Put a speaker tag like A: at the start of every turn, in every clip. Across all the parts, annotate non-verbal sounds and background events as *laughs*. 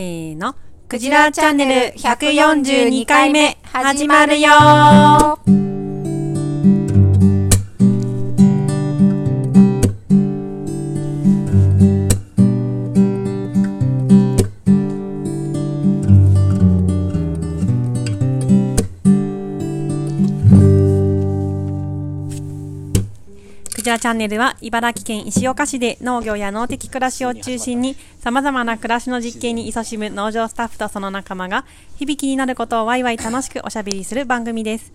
A: せーの。
B: クジラチャンネル142回目始まるよ
A: クジラチャンネルは茨城県石岡市で農業や農的暮らしを中心に様々な暮らしの実験に勤しむ農場スタッフとその仲間が響きになることをワイワイ楽しくおしゃべりする番組です。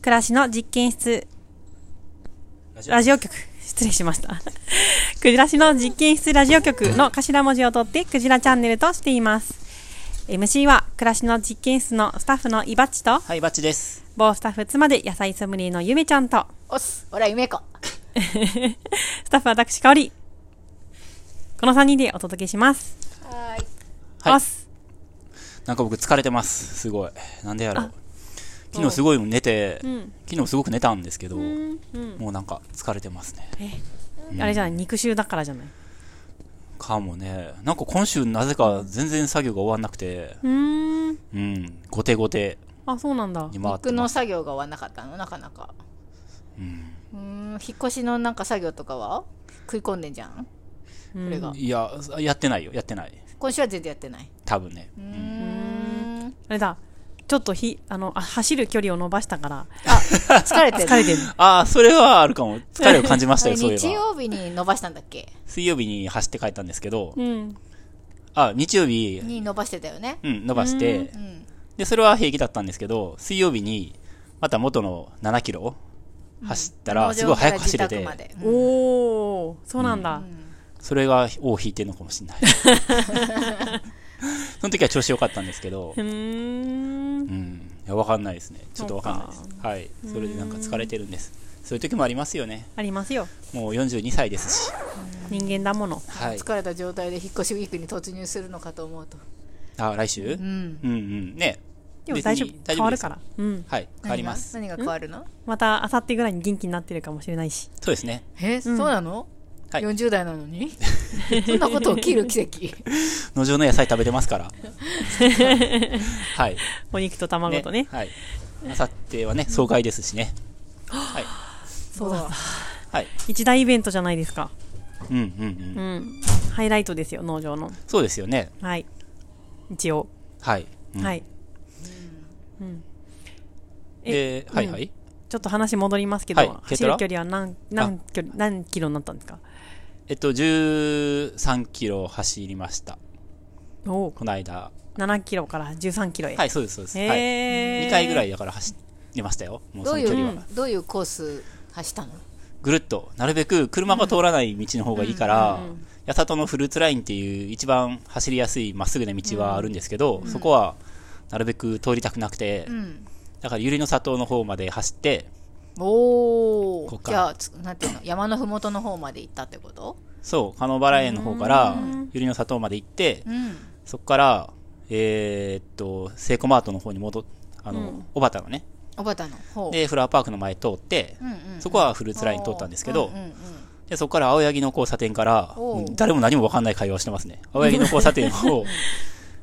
A: 暮らしの実験室、ラジオ局、失礼しました。 *laughs* 暮らしの実験室ラジオ局の頭文字を取ってクジラチャンネルとしています。MC は暮らしの実験室のスタッフのイバッチと、
C: はい、バッチです。
A: 某スタッフ妻で野菜ソムリエのゆめちゃんと、
B: おっす俺は夢子
A: スタッフ私香織この3人でお届けします。
B: は
C: はい
A: おっす
C: なんか僕疲れてます。すごい。なんでやろう。昨日すごい寝て、昨日すごく寝たんですけど、もうなんか疲れてますね。
A: あれじゃない肉臭だからじゃない
C: かもね。なんか今週なぜか全然作業が終わんなくて、
A: うーん
C: うん、後手後手
A: あそうなんだ
C: に
B: い
C: 回って
B: 僕の
C: ます。
B: 作業が終わんなかったのなかなか
C: うん
B: うーん引っ越しのなんか作業とかは食い込んでんじゃんそれが
C: いや、やってないよ、やってない。
B: 今週は全然やってない
C: 多分ね。
B: うーん
A: あれだちょっとひあのあ走る距離を伸ばした *laughs* から
B: 疲れてる
A: 疲れてる
C: ああ、それはあるかも。疲れを感じまし
B: あ *laughs*
C: た
B: れ
C: よ、そうい
B: 日
C: えば。
B: 曜日に伸ばしたんだっけ
C: 水曜日に走って帰ったんですけど
A: う、ん
C: あ、日曜日、
B: に伸ばしてたよね
C: うん、伸ばして
B: う、ん
C: で、それは平気だったんですけど、水曜日に、また元の7キロ走ったら、すごい速く走れ
B: 農場か
C: て
B: ら、自宅まで
A: おおそうなんだ、
C: それが尾を引いてるのかもしれない。その時は調子良かったんですけど
A: う、ーん
C: うん、いや、わかんないですね。ちょっとわかんないです。はい。それでなんか疲れてるんです。そういう時もありますよね。
A: ありますよ
C: もう42歳ですし。
A: 人間だもの
C: はい。
B: 疲れた状態で引っ越しウィークに突入するのかと思うと
C: あ、来週う
B: うんん
C: うん。ね。
A: でも
C: 別
A: 大丈夫
C: に
A: 変わる
C: です
A: からうん
C: はい。変わります。
B: 何が変わるの
A: また明後日ぐらいに元気になってるかもしれないし
C: そうですね。
B: えそうなの
C: はい
B: 40代なの
C: *laughs*
B: にそんなこと起きる奇跡
C: 農場の野菜食べてますから。はい。
A: お肉と卵とね
C: はい。あさってはね、総会ですしね。はい。
B: そうだ
C: はい。
A: 一大イベントじゃないですか
C: うんうん
A: う
C: うん。
A: んハイライトですよ農場の
C: そうですよね。
A: はい一応
C: はい。うん
A: はい。
C: で、はいはい。
A: ちょっと話戻りますけど、
C: はい軽
A: 走
C: トラ
A: る距離は何何距離何キロになったんですか
C: えっと、13キロ走りました。
A: おお
C: この間。
A: 7キロから13キロへ、、
C: はいい、そうです、そうです。
A: へ
C: はい。
A: ー
C: 2回ぐらいだから走りましたよ。もう
B: ど
C: そうの
B: い
C: 距
B: う、
C: 離は。
B: どういうコース走ったの
C: ぐるっと、なるべく車が通らない道の方がいいから、八里のフルーツラインっていう一番走りやすいまっすぐな道はあるんですけど、そこはなるべく通りたくなくて、
B: ん
C: だからゆりの里の方まで走って、
B: お
C: こ
B: お
C: っか
B: じ
C: ら
B: ゃあつなんていうの山のふもとの方まで行ったってこと
C: そう、狩野原園の方から、ゆりの里まで行って、
B: うん
C: そこから、えーっと、セイコマートの方に戻っ、あの、小畑のね、
B: おばたの方
C: で、フラワーパークの前通って
B: う、んうん
C: そこはフルーツライン通ったんですけど
B: うんう、ん
C: で、そこから青柳の交差点から、
B: おう
C: もう誰も何も分かんない会話をしてますね。青柳の交差点
B: *laughs*
C: を、
B: うん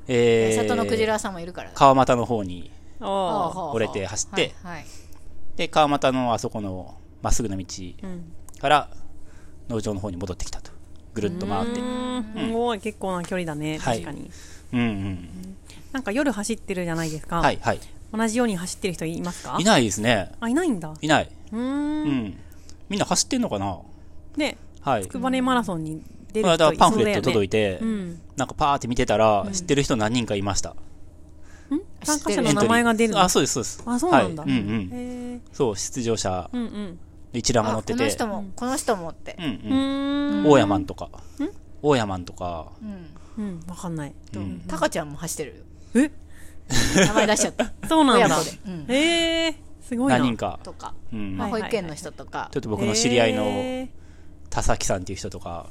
C: えー
B: 里のクジラさんもいるから
C: 川俣の方に、
A: お
B: ほう
A: お
B: ほうほう
C: 折れて走って
B: はいはい
C: で、川俣のあそこのまっすぐな道
A: ん
C: から、農場の方に戻ってきたと。ぐるっと回って。うん
A: すごい結構な距離だね、
C: はい
A: 確かに
C: うん。
A: なんか夜走ってるじゃないですか、
C: はい、はい。
A: 同じように走ってる人いますか
C: いないですね。
A: あいないんだ
C: いない。
A: うー
C: うんん。みんな走ってんのかな
A: で
C: はい。
A: つくばねマラソンに出
C: こ
A: る
C: の
A: 人
C: 間パンフレット届い
A: て
C: て、
A: うん
C: なんかパーって見てたら、知ってる人何人かいました。
A: 参加
B: 知
A: 者
B: ってる
A: の名前が出るの
C: あ、そうです、そうです。
A: あそうなんだ、
C: はい、うんうん。
A: へー
C: そう、出場者、
A: うんうん
C: 一覧が
B: あ
C: 載っ
B: こ
C: て
B: の
C: て。
B: 人もこの人もって
C: うん
A: うー
C: うんん。大山んとか。大山んとか。
B: うん
A: うんわかんない
C: うん。
B: タカちゃんも走ってるよ
A: え
B: 名前出しちゃった *laughs*
A: そうなん
B: 親
A: だ
B: 子でうん
A: へえすごいな
C: 何人か。
B: とか
C: うん。
B: まあ
A: はい
B: 保育園の人とか
C: ちょっと僕の知り合いの
A: え
C: 田崎さんっていう人とか、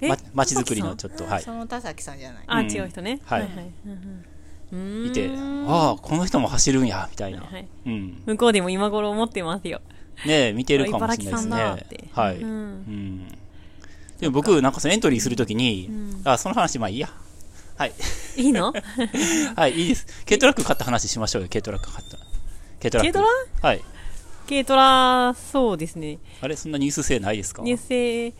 A: ー
C: ま
A: え
C: 町づくりのちょっと、はい。
B: その田崎さんじゃない
A: あ
C: うん
A: 違う人ね
C: はい
A: はいうんうん
C: いて
A: う、ーん
C: ああ、この人も走るんや、みたいな
A: はいはい。
C: うん。
A: 向こうでも今頃思ってますよ
C: ねえ見てるかもしれないです
A: あ茨城さんだって
C: ね。はい。
A: う
C: うんん。でも僕、なんかそのエントリーするときに、あ、その話まあいいや。はい。 *laughs*
A: いいの
C: はい、いいです。軽トラック買った話しましょうよ、軽トラック買った。軽トラッ
A: 軽
C: ク。
A: トラ
C: はい。
A: 軽トラ、そうですね。
C: あれ、そんなニュース性ないですか
A: 入生、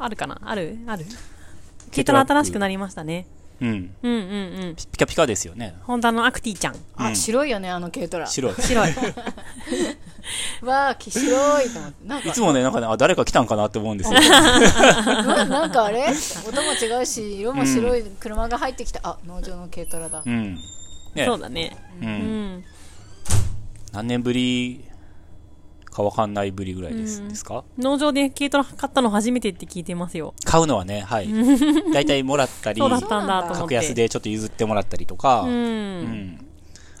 A: あるかなあるある
C: 軽
A: 軽
C: ト
A: トラ
C: ラック
A: 新しくなりましたね。
C: うん。
A: うんうんうん。
C: ピカピカですよね。
A: ホンダのアクティちゃん。
C: うん
B: あ、白いよね、あの軽トラ。
C: 白い。
A: 白
C: *laughs*
A: い。
B: わあ、き白いと思って。なんか
C: いつもね、なんかね、あ、誰か来たんかなって思う
A: *laughs*
C: んですよ。
B: ななんかあれ音も違うし、色も白い車が入ってきた。あ、農場の軽トラだ
C: う。ん。ね
A: そうだね。
C: う。
A: うんん。
C: 何年ぶりかわかんないぶりぐらいです,、ですか
A: 農場で軽トラ買ったの初めてって聞いてますよ。
C: 買うのはね、はい。
A: *laughs*
C: 大体もらったり
A: そ、うだったんだと思って。
C: 格安。でちょっと譲ってもらったりとか、
A: う
C: うん
A: ん。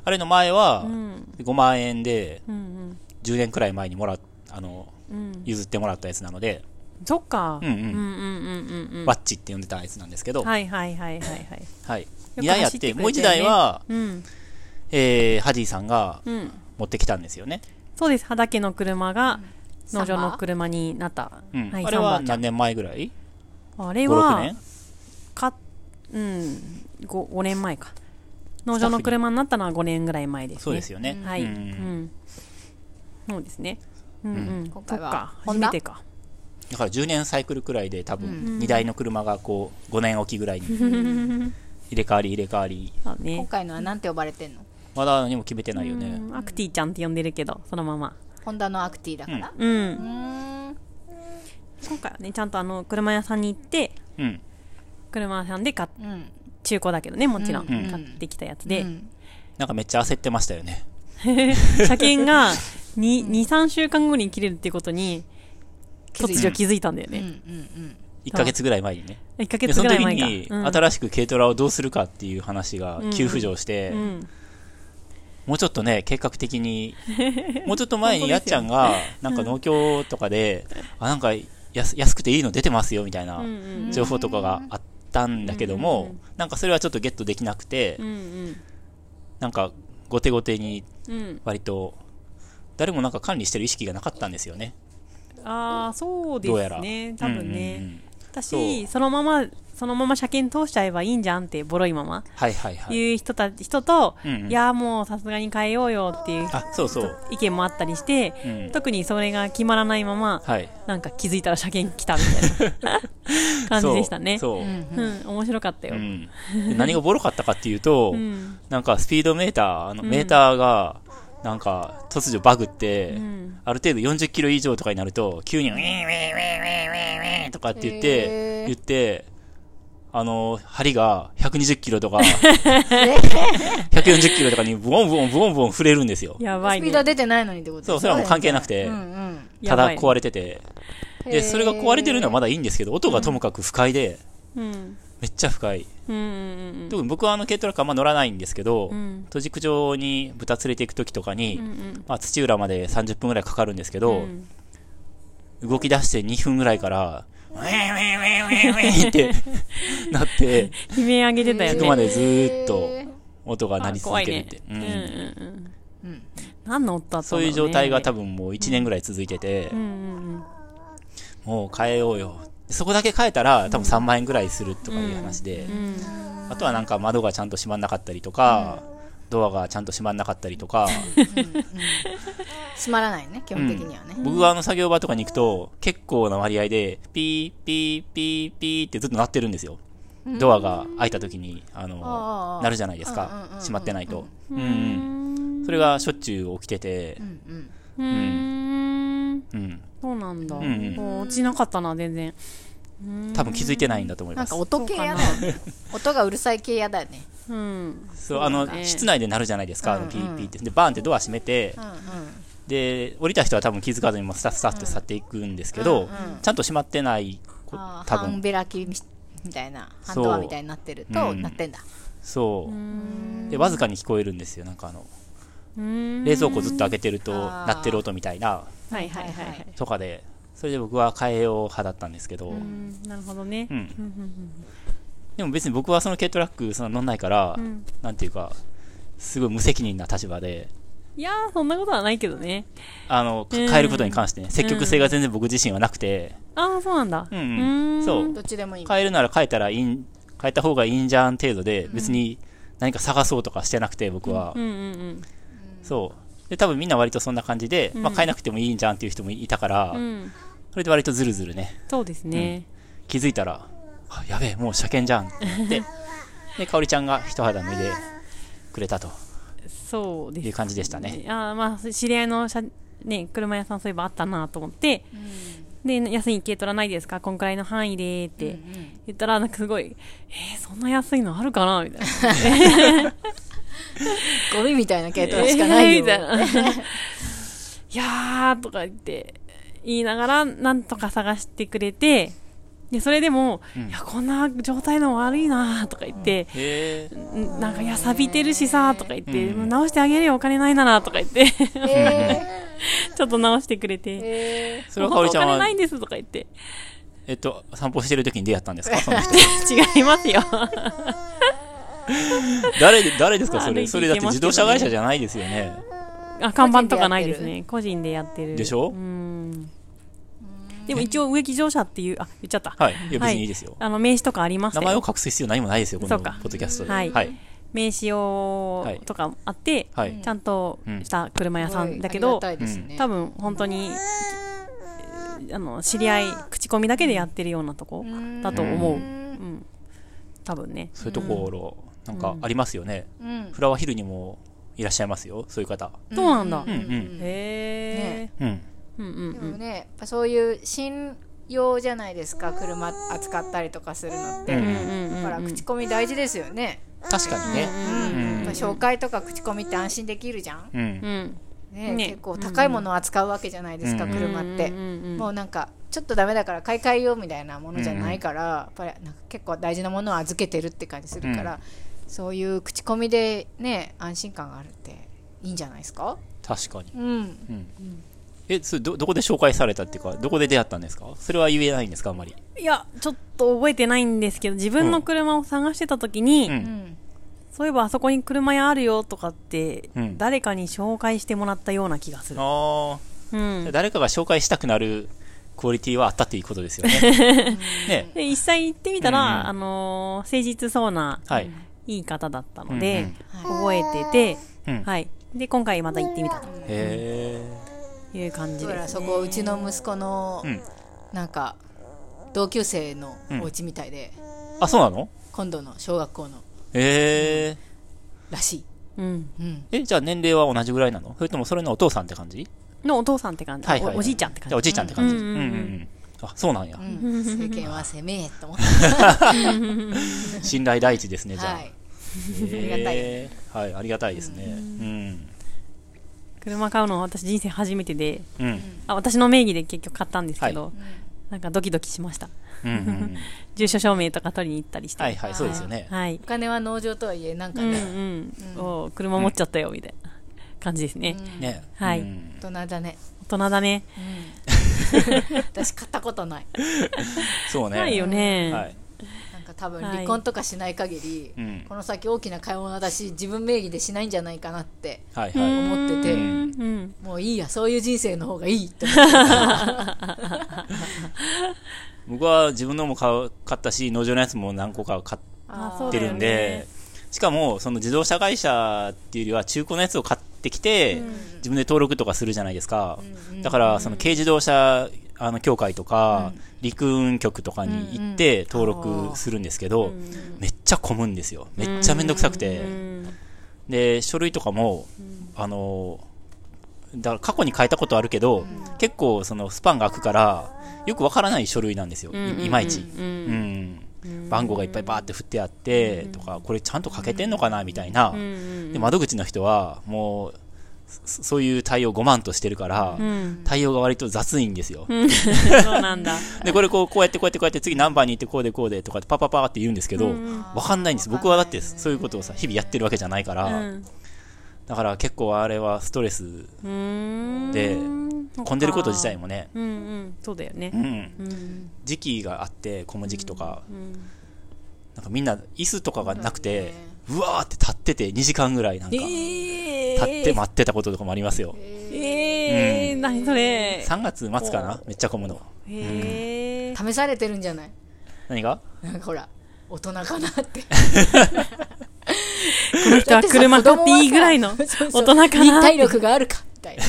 C: あれの前は、
A: ん
C: 5万円で、
A: うんうん。
C: 10年くらい前にもらっあの、
A: うん。
C: 譲ってもらったやつなので、
A: そっか。
C: う
A: うんん
C: う
A: うんんうんうんうん。
C: ワッチって呼んでたやつなんですけど、はい。
A: はいはいはいはいはい。
C: 2台あ
A: よく
C: って、
A: 走ってくれてね
C: もう1台は、
A: うん。
C: えー、ハジーさんが
A: うん。
C: 持ってきたんですよね。
A: そうです。畑の車が農場
B: サン
A: の
B: バ
A: 車になった。
C: うん。
A: はい、
C: あれ
A: サン
C: は
A: バちゃ
C: 何
A: ん
C: 年前ぐらい
A: あれ
C: ?5、6
A: は
C: 年、
A: か、うん、5, 5年前か。農場の車になったのは5年ぐらい前ですね。
C: そうですよね。
A: はい。
C: う
A: うんん。そうですね。うんうん。そ
B: 今
A: っ
B: 回は
A: か。
B: ホ
A: 初
B: ンダ
A: めてか。
C: だから10年サイクルくらいで多
A: うん
C: 分2台の車がこう5年おきぐらいに入れ替わり入れ替わり
A: そう
B: 今
A: ね。
B: 回のはなんて呼ばれてんの
C: まだ何も決めてないよ
A: う
C: ね
A: んアクティちゃんって呼んでるけど、そのまま。
B: ホンダのアクティだから。
A: う。
B: うんーん。
A: 今回はね、ちゃんとあの、車屋さんに行って、
C: うん
A: 車屋さんで買っ
B: うん。
A: 中古だけどね、もちろん。
B: うん
A: 買ってきたやつで
B: う。ん
C: なんかめっちゃ焦ってましたよね
A: 車検
B: *laughs*
A: が2、2、3週間後に切れるってことに、
B: 気づ
A: 突
B: いた
A: 如気づいたんだよ
B: うんう
A: ね。
B: ん
C: 1ヶ月ぐらい前にね
A: 1ヶ
C: で
A: 月
C: そ
A: ぐ
C: の
A: ら
C: 時
A: い前か。
C: に
A: うん
C: 新しく軽トラをどうするかっていう話が急浮上して
A: うん。
C: もうちょっとね計画
A: *laughs*
C: 的にもうちょっと前にやっちゃんがなんか農協とかであなんか安安くていいの出てますよみたいな
A: うんうん
C: 情報とかがあったんだけどもなんかそれはちょっとゲットできなくて
A: うん
C: なんか後手後手に
A: うん。うん。
C: 割と誰もなんか管理してる意識がなかったんですよね
A: ああ、そうで
C: どうや
A: す
C: ら
A: ね。多分
C: うんうんう
A: ね。
C: んそう
A: 私、そのまま、そのまま車検通しちゃえばいいんじゃんって、ボロいまま。
C: はいはいはい
A: いう人たち、人と、
C: うんうん
A: いや、もうさすがに変えようよっていう
C: あそうそう
A: 意見もあったりして、
C: うん
A: 特にそれが決まらないまま、
C: はい
A: なんか気づいたら車検来たみたいな感じでしたね。
C: *laughs* そう
B: う
C: そ
B: ん
C: う
B: う。
A: うんん、面白かったよ。
C: うんで何がボロかったかっていうと、
A: うん。
C: なんかスピードメーター、あのメーターが、なんか突如バグって、
A: ん
C: ある程度40キロ以上とかになると、急にウィーンウィーンウィーンウィーンウィーンウィーンとかって言って、
B: へー
C: 言って、あの、針が120キロとか、140キロとかにブオンブオンブオンブオン触れるんですよ。
A: やば
B: ス
A: い
B: ピー
A: ね
B: ド。は出てないのにってこと
C: そう、それはもう関係なく
B: う
C: て、
B: んうん。
C: ただ壊
A: れ。
C: れてて。
B: へ
C: で、
B: ー
C: それが壊れてるのはまだいいんですけど、音がともかく不快で、
A: うん。
C: めっちゃ不快。
A: うんうん
C: 特に僕はあの軽トラックあんま乗らないんですけど、
A: ん
C: 戸軸上に豚連れて行く時とかに、
A: うん。うんうん。
C: まあ、土浦まで30分ぐらいかかるんですけ
A: う
C: ど、
A: ん
C: 動き出して2分ぐらいから、ウェーウェーウェーウェーウェーってなって、
A: 悲鳴上げてたよ
C: そ
A: ね
C: こ。までずーっと音が鳴り続
A: 怖
C: け
A: いね
C: るって。
A: うんうん
C: うん
A: うん。
B: うん。
A: 何の音だった
C: そ
A: ん
C: う
A: だろね
C: いう状態が多分もう1年ぐらい続いてて、
A: うんうん
C: もう変えようよ。そこだけ変えたら多分3万円ぐらいするとかいう話で、
A: うんうん
C: あとはなんか窓がちゃんと閉まんなかったりとか、ドアがちゃんと閉まんなかったりとか、
B: 閉まらないね、基本的にはね。
C: 僕があの作業場とかに行くと、結構な割合で、ピー、ピー、ピー、ピーってずっと鳴ってるんですよ。ドアが開いた時に、あ
B: あ
C: の、
B: あ
C: 鳴るじゃないです
B: うんうん
C: か
B: うんう。ん
C: 閉まってないと。うん
A: う
C: うん。
A: ん
C: それがしょっちゅう起きてて
B: う、んうん。
A: うーん
C: うん。
A: そうなんだ
C: んうん
A: もう落ちなかったな全然
C: 多分気づいてないんだと思い
B: な
C: ま
B: ん
C: す
B: か。音系やだよね。音がうるさい系やだよ
C: *laughs*
B: ね。
A: うん
C: そう、あの
A: だ、ね
C: 室内で鳴るじゃないですか、あの、ピ
B: うんう
C: ー
B: ん
C: ピーって。で、バーンってドア閉めて
B: う、んうん。
C: で、降りた人は多分気づかずにもうスタッスタって去っていくんですけ
B: うん
C: ど
B: うん、
C: ちゃんと閉まってない、こ
B: あー
C: 多
B: 半
C: 分。
B: 開きみみたいな
C: そ
B: 半
C: う
B: ドアみたいになってると、
C: うん
B: なってんだ
C: そうう。
A: ん
C: で、わずかに聞こえるんですよ、なんかあの、
A: うん
C: 冷蔵庫ずっと開けてると、
B: あー
C: 鳴ってる音みたいな。
A: はいはいはいはい
C: とかで、それで僕は変えよう派だったんですけど、
A: う
C: う。
A: んんなるほどね
C: でも別に僕はその軽トラックその乗んないから、
A: ん
C: なんていうか、すごい無責任な立場で、
A: いやーそんなことはないけどね
C: あの、か
A: うん
C: 変えることに関してね、積極性が全然僕自身はなくて、
A: ああそうなんだ
C: うんうん
A: ーん
C: そう
B: どっちでもいい
C: 変えるなら変えたらいいん、変えた方がいいんじゃん程度で、別に何か探そうとかしてなくて、僕は
A: う。んうん
C: そう。で、多分みんな割とそんな感じで、まあ変えなくてもいいんじゃんっていう人もいたから
A: うん。う、ん。
C: それで割とズルズルね、
A: そうですね。
C: 気づいたら、あやべえ、もう車検じゃんって
A: *laughs*
C: 言って、で、かおりちゃんが一肌脱いでくれたと
A: そうです
C: いう感じでしたね。
A: あーまあ知り合いの車,、ね、車屋さんそういえばあったなと思って、で安い軽トラないですかこんくらいの範囲でって言ったらなんかすごいえー、そんな安いのあるかなみたいな
B: ゴミみたいな系統しかないよ。
A: えー *laughs* みたいないやーとか言って言いながらなんとか探してくれてでそれでも、いやこんな状態の悪いなーとか言って、
C: へえ。
A: んなんかいや錆びてるしさーとか言って、
C: うん
A: もう直してあげるよお金ないならとか言って *laughs*
C: *laughs*
B: え
A: ちょっと直してくれて
B: ー、。え
C: それはかおりちゃん
A: お金
C: は
A: ない、んですとか言って。
C: えっと、散歩してる時に出会った
A: *laughs*
C: んですかその人。
A: *laughs* 違いますよ。
C: 誰で、誰ですかそ
A: 歩いていけま
C: れ。
A: す
C: それだって自動車会社じゃないですよね。
A: あ、看板とかないですね。個人でやってる。
C: でしょ
A: うん。でも一応植木乗車っていう、あ、言っちゃった。
C: はい。いや、別にいいですよ。
A: あの、名刺とかありました
C: 名
A: よ
C: 前を隠す必要何もないですよ、こ
A: そ
C: の
A: う
C: ポ
A: か
C: ッドキャストで。
A: はい
C: はい。
A: 名刺用
C: はい
A: とかあって、
C: はい
A: ちゃんとした車
B: ー、
A: 屋さんだけ
B: すご
A: ど、
B: いありがたいですね
A: 多分本当に、あの、知り合い、口コミだけでやってるようなとこだと思う。う
C: うん
A: ん。多分ね。
C: そういうところ、なんかありますよね。
B: うん
C: フラワーヒルにもいらっしゃいますよ、そういう方。
A: そうなんだ
C: うん。うん。
A: へえ。
C: うん。
A: うんうん
B: で
A: う
B: も
A: ん。
B: ね、やっぱそういう信用じゃないですか、車扱ったりとかするのって。
C: う
A: うんんうんうん
B: だから口コミ大事ですよね。
C: 確かに
B: う
C: ね。
B: ん
C: うん
B: やっぱ紹介とか口コミって安心できるじゃん。
C: う。
A: うんん。
B: ね
A: ね
B: 結構高いものを扱うわけじゃないですか、
C: うん
B: 車って、
A: うんうんうんうん
B: もうなんかちょっとダメだから買い替えようみたいなものじゃないから、やっぱりなんか結構大事なものを預けてるって感じするから、そういう口コミでね安心感があるっていいんじゃないですか
C: 確かに。
B: うん
C: え、それど、どこで紹介されたっていうか、どこで出会ったんですかそれは言えないんですか、あんまり。
A: いや、ちょっと覚えてないんですけど、自分の車を探してた時に、
C: う。
B: うんん
A: そういえばあそこに車屋あるよとかって、
C: うん
A: 誰かに紹介してもらったような気がする。
C: あ
A: うん
C: あ。。誰かが紹介したくなるクオリティはあったっていうことですよね。 *laughs* ね。
A: で、実際行ってみたら、
C: うんうん
A: あのー誠実そうな、
C: はい。
A: いい方だったので、
B: うん
A: 覚えて
C: う
A: て、
C: ん。へ
A: はい。で、今回また行ってみた
C: え。
A: という感じ
B: だ
A: で
B: から
A: す、
B: そ
A: ね。
B: こうちの息子の、
C: うん
B: なんか同級生のお家みたいで、
C: あ、そうなの
B: 今度の小学校の
C: へえ。
B: らしい、
A: うん。
B: うん、
C: え、じゃあ年齢は同じぐらいなのそれともそれのお父さんって感じ
A: のお父さんって感じ。
C: はいはいはい
A: おおじいちゃんって感
C: じゃ
A: じ。
C: あおじいちゃんって感じ。
A: う
C: うんん
A: う
C: うん
A: う
C: ん
A: ん
C: うん。あ、そうなんや
B: う。ん、世間は攻めえと思って、
C: 信頼第一ですね、じゃあ。
B: はい、
C: へ
B: ありがたいよ
C: えはい、ありがたいですね。うん。
A: 車買うの私人生初めてで、
C: うん。
A: あ、私の名義で結局買ったんですけど、なんかドキドキしました。
C: うんうんうん。
A: 住所証明とか取りに行ったりして。
C: はいはい、そうですよね。
A: はい
B: お。金は農場とはいえなんか
A: うんう
B: ね、
A: ん。おう車持っちゃったよ、みたいな感じですね。
C: ね。
A: はい
C: うん
B: 大人だね、
A: 大人だね。
B: *laughs* 私買ったことない
C: そうね。
A: ないよ
C: は
A: ね。
C: い。
B: なんか多分
A: はい
B: 離婚とかしない限り、
C: うん
B: この先大きな買い物だし自分名義でしないんじゃないかなって
C: はい
A: うん
C: は
B: 思ってて
A: うん。
B: もういいやそういう人生の方がいいって思
C: い。僕は自分のも買う買ったし、農場のやつも何個か買
A: あそう
C: っ
A: だ
C: て
A: よね
C: るんで、しかも、その自動車会社っていうよりは中古のやつを買ってきて、自分で登録とかするじゃないですか。だから、その軽自動車、あの、協会とか、陸運局とかに行って登録するんですけど、めっちゃ混むんですよ。めっちゃめんどくさくて。
A: うん
C: で書類とかも、あのだから過去に変えたことあるけど、結構そのスパンが空くからよくわからない書類なんですよ、いいまいち、
A: う
C: うんん番号がいっぱいバーって振ってあって、とかこれちゃんと書けてんのかなみたいな、で窓口の人はもうそそういう対応5万としてるから、 *laughs*
A: うん。
C: 対応が割と雑いんですよ、
A: そうなんだ。
C: でこれこうこうやってこうやってこうやって次何番に行ってこうでこうでとかってパパパーって言うんですけど、わかんないんです僕はだってそういうことをさ日々やってるわけじゃないから、
A: うん
C: だから結構あれはストレス
A: うーん。
C: で
A: そっか
C: 混んでること自体。もね、
A: うんうん。そうだよね
C: う。ん、
A: うん。
C: 時期があって混む時期とか、
A: うん
C: なんかみんな椅子とかがなくて、うわーって立ってて2時間ぐらいなんか立
A: え
C: って待ってたこととかもありますよ、
A: ええー、何それ。
C: 3月末かなめっちゃ混むの
A: へえ。
B: う試されてるんじゃない
C: 何が
B: なんかほら大人かなって
A: この人は車買っていいぐらいの
B: だ
A: 大
B: ってさ子
A: 人
B: 供は
A: かな
B: さそうそう立体力があるかみたいな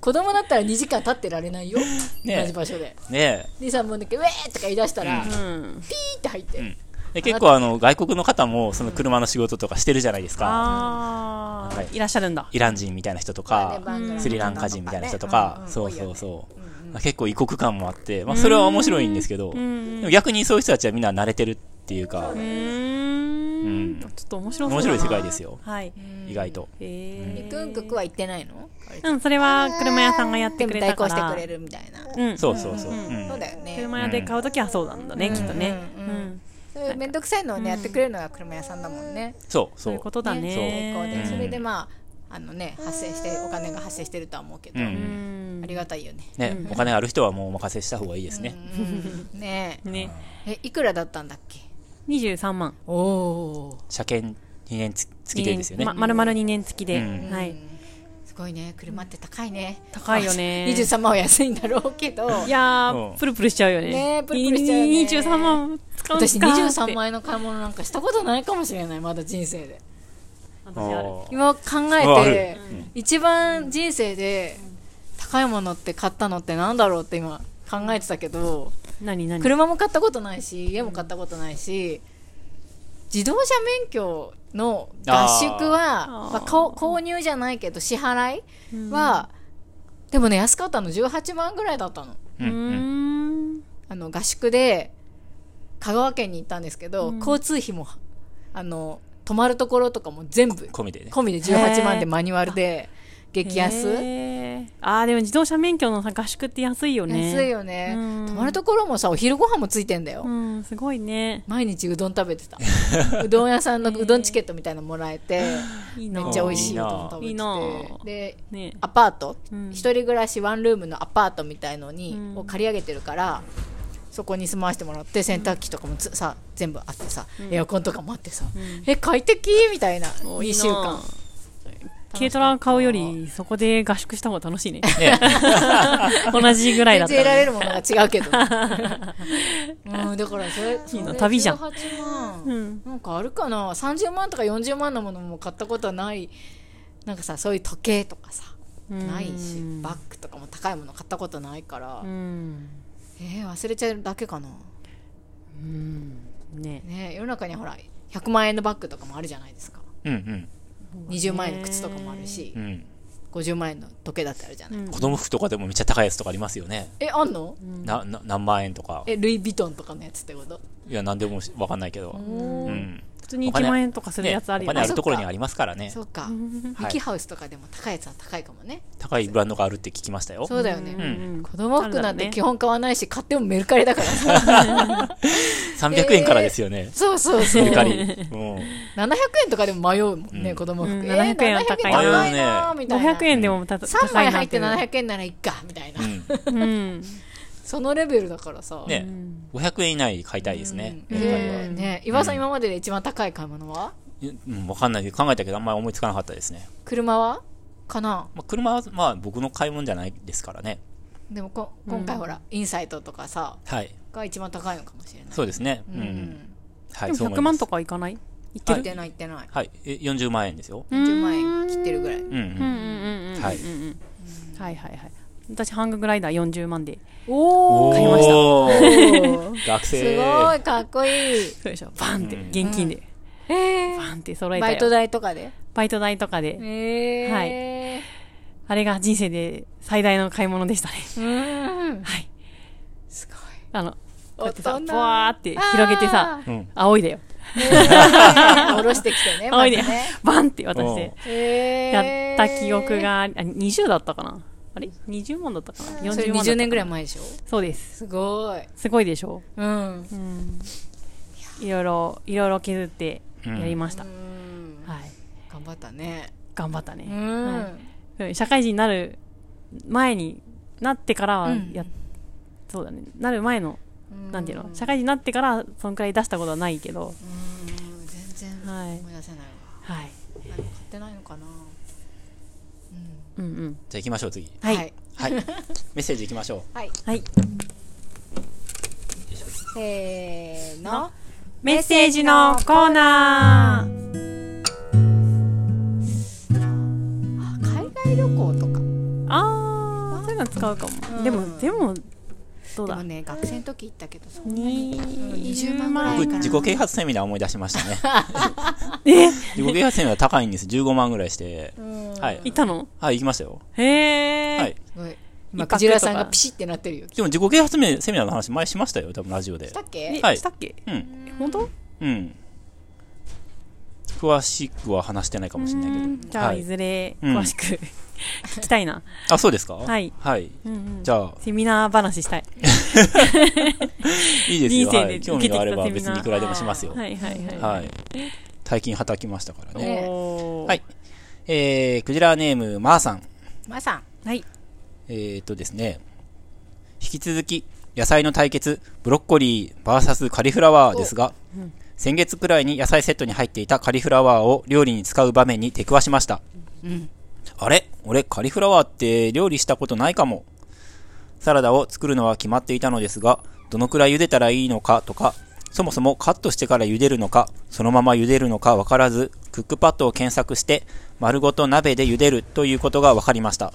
B: 子供だったら2時間立ってられないよ、
C: ねえ
B: 同じ場所で
C: ね
B: 23本だけ「ウェー!」とか言い出したら、
C: うん
B: ピ
A: う
B: ー
A: ん
B: って入って、
C: んで結構あの外国の方もその車の仕事とかしてるじゃないですか、
A: ああ
C: はい
A: いらっしゃるんだ
C: イラン人みたいな人と
B: まあね
C: か、
B: バングラの
C: スリランカ人みたいな人とか、
B: ね
C: そうそうそう、結構異国感もあって、まあ、
A: うん
C: それは面白いんですけど、
A: うん
C: でも逆にそういう人たちはみんな慣れてるっていうか、
A: うーんちょっと面白そうだな
C: 面白い世界ですよ
A: はい
C: 意外と。
A: へ
B: うん
A: え
B: クンククは行ってないの
A: うんそれは車屋さんがやってくれたから
B: でも代行してくれるみたいな、
A: うん
C: そうそうそう。
A: うん
C: うん
B: そうだよね
A: 車屋で買うときはそうなんだね、
B: うん
A: きっとね、う
B: うんんうんそういう面倒くさいのをねやってくれるのが車屋さんだもんね
C: そう
A: そ
C: そう
A: いううことだね
B: 代行
C: う
B: で
C: ん
B: それでまああのね発生してお金が発生してるとは思うけど、
C: うん
A: うん
B: ありがたいよね
C: ね、お金ある人はもうお任せした方がいいですね。
B: うんねえ
A: ね
B: えいくらだったんだっけ
A: 23万
B: おお
C: 車検2年つ付きでですよね。
A: ま丸々2年付きで、
C: うん
A: はい
B: すごいね車って高いね
A: 高いよ
B: *laughs*
A: ね
B: 23万は安いんだろうけど
A: いや
C: う
A: ー
C: ん
A: プルプルしちゃうよね
B: ねプルプルしちゃうよね
A: い23万使うん
B: 私
A: すか
B: 23
A: 円
B: 万円の買い物なんかしたことないかもしれないまだ人生で
A: 私ある
C: あー
B: 今考
C: ああ
B: えて
C: るうん
B: 一番人生で高いものって買ったのってなんだろうって今考えてたけど
A: 何何
B: 車も買ったことないし家も買ったことないし自動車免許の合宿は
A: あー
B: まあ、こう購入じゃないけど支払いは、でもね安かったの18万ぐらいだったの
C: うん
A: う
C: うん
A: ん
B: あの合宿で香川県に行ったんですけど、
A: うん
B: 交通費もあの泊まるところとかも全部
C: 込みでね。
B: 込みで18万でマニュアルで激安、
A: へーあーでも自動車免許のさ合宿って安いよね
B: 安いよね、
A: うん
B: 泊まるところもさお昼ご飯もついてんだよ、
A: うんすごいね
B: 毎日うどん食べてた *laughs* うどん屋さんのうどんチケットみたいなのもらえて
A: いい
B: め
A: な
B: っちゃ美味しい
C: な
B: うどん食べ
A: いい
B: て
A: な
B: てで
A: ね
B: アパート、
A: うん
B: 一人暮らしワンルームのアパートみたいのに、
A: うん
B: を借り上げてるからそこに住まわせてもらって洗濯機とかもつさ全部あってさ、エアコンとかもあってさ、
A: ん
B: え快適みたいな
A: おいい
B: 2
A: な
B: 週間
A: 軽トラを買うよりそこで合宿した方が楽しいね *laughs* 同じぐらいだ
B: 全然
A: ったら
B: 得ら
A: ね
B: れるものが違う
A: *laughs*
B: けど、うん、だからそれそ
A: いいな
B: れ
A: 旅じゃん
B: 18万、
A: うん
B: なんかあるかな30万とか40万のものも買ったことはないなんかさそういう時計とかさ
A: うん
B: ないしバッグとかも高いもの買ったことないから、
A: うん
B: えー忘れちゃうだけかな
A: ね
B: ね世の中にはほら100万円のバッグとかもあるじゃないですか
C: うん
B: 20万円の靴とかもあるし
C: うん。うん。
B: 50万円の時計だってあるじゃない、
A: うん
C: 子供服とかでもめっちゃ高いやつとかありますよね。
B: えあんの
C: な、な、何万円とか。
B: えルイ・ヴィトンとかのやつってこと
C: いや、なんでもしわかんないけど。うん。
A: 普通に
C: お金
A: 1万円とかするやつあるよ
C: ねお金あ
A: ね
C: るところにありますからね。
B: そうかミ
C: はい
B: キハウスとかでも高いやつは高いかもね
C: 高いブランドがあるって聞きましたよ。
B: そうだよね、
A: うん
B: 子供服なんて基
A: 本
B: 本買わないし買ってもメルカリだからさ
C: 300円からですよね。
B: そうそうそう
C: メル
B: *laughs*
C: カリ。
B: 700
C: うん。
B: 円とかでも迷うもんね、
C: うん
B: 子供服、
A: うん
B: えー
A: 700円は高いな
B: 700円なみたいな
A: 500円でもた
B: 3
A: 高い
B: 枚
A: な
B: 入って
A: 700
B: 700円ならいっかみたいな、
C: うん。
A: 円
B: そのレベルだからさ
C: ね、500円以内買いたいですね。
B: うん
C: メルカリは
B: えーね岩井さん今までで一番高い買い物は、
C: うん、わかんないけど、考えたけど、あんまり思いつかなかったですね。
B: 車はかな
C: まあ、車は、まあ、僕の買い物じゃないですからね。
B: でもこ今回ほら、インサイトとかさ
C: はい。
B: が一番高いのかもしれない
C: そうですね。うん。はい、
A: で
C: そう
A: も100
C: 思いま
A: 万
C: す
A: と。かいかないいって
B: 行っ
A: る
B: てない行ってない
C: はい。え、40万円ですよ。
B: 40万円切ってるぐらい
C: うん、う
A: うん
C: ん。
A: うんうんうん
C: はい
A: うんうんはいはいはい私ハンググライダー40万で
B: おお
C: 買いました。
B: *laughs* す
C: 学生。
B: ごいかっこいい
A: そうでしょバンって
C: うん
A: 現金で
B: えー
A: バンって揃えた
B: バイト
A: よ
B: 代とかで
A: バイト代とかで
B: え
A: は
B: え
A: あれが人生で最大の買い物でしたね。
B: うん
A: はい。
B: す
A: あの、こうやってさ、
B: 大人
A: ぼわーって広げてさ、
C: うん。うん
A: 仰いだよ。
B: ご
A: *laughs*
B: い下ろしてきてねま
A: 仰
B: ず
A: いで、
B: ね
A: バンって渡して、や
B: え
A: った記憶が、あ20だったかなあれ ?20 万だったかな ?40 万
B: そ
A: だっ
B: れ
A: たかな
B: 20年ぐらい前でしょ
A: そうです。
B: すごい
A: すごいでしょ
B: うん
A: うん。いろいろ、いろいろ削ってやりました。
B: うん
A: はい。
B: 頑張ったね
A: 頑張ったね。
B: うん
A: はい社会人になる前になってからはや、
B: う
A: そうだね。なる前の、なんていうの社会人になってからそんくらい出したことはないけど、
B: うん全然
A: はい
B: 思い出せないわ
A: はい。
B: 何も買ってないのかなうん
A: うんうん。
C: じゃあ行きましょう、次。
A: はい
B: はい
A: *laughs*
C: はい。メッセージ行きましょう。
B: はい
A: はい。
B: せーの
A: メッセージのコーナー
B: あ海外旅行とか
A: あーそういうの使うかも、
B: うん
A: でもでもどう
B: で
A: だ
B: もね学生の時行ったけどそう
A: 20
B: 20万
A: ぐ
C: 僕、
A: らい
C: 自己啓発セミナー思い出しましたね。
A: *laughs* え
C: 自己啓発セミナー高いんです。15万ぐらいして。はい。
A: *laughs* いたの
C: はい、行きましたよ。
A: へえ、
C: はい。
B: すごい
A: 一
B: 今
A: 泊
B: クジラさん
A: と
B: が
A: か
B: ピシってなってるよ
C: でも自己啓発セミナーの話前しましたよ、多分ラジオで
B: 来。たっけ
A: え
C: はい
A: したっけ
C: うん。
A: え本当
C: うん。詳しくは話してないかもしれないけど。
A: じゃあ、、
C: はいい。
A: ずれ
C: うん
A: 詳しく *laughs* 聞きたいな、
C: あ、そうですか
A: はい。
C: はい。
A: うんうん、
C: じゃあ、
A: セミナー話したい
C: いいです
A: 人
C: よ。
A: 生
C: はい。
A: で
C: 興味があれば
A: 受けてきたセミ
C: 別
A: ナー
C: にいくらでもしますよ。
A: はいはいはい、
C: はい。大金はたきましたからね。
B: ね
A: おー
C: はい。えー、クジラネーム、まーさん。
B: まあさん
A: はい
C: えー、とですね、引き続き、野菜の対決、ブロッコリー VS カリフラワーですが、先月くらいに野菜セットに入っていたカリフラワーを料理に使う場面に手加わしました。
B: うん
C: あれ俺カリフラワーって料理したことないかも。サラダを作るのは決まっていたのですが、どのくらい茹でたらいいのかとか、そもそもカットしてから茹でるのか、そのまま茹でるのかわからず、クックパッドを検索して、丸ごと鍋で茹でるということが分かりました。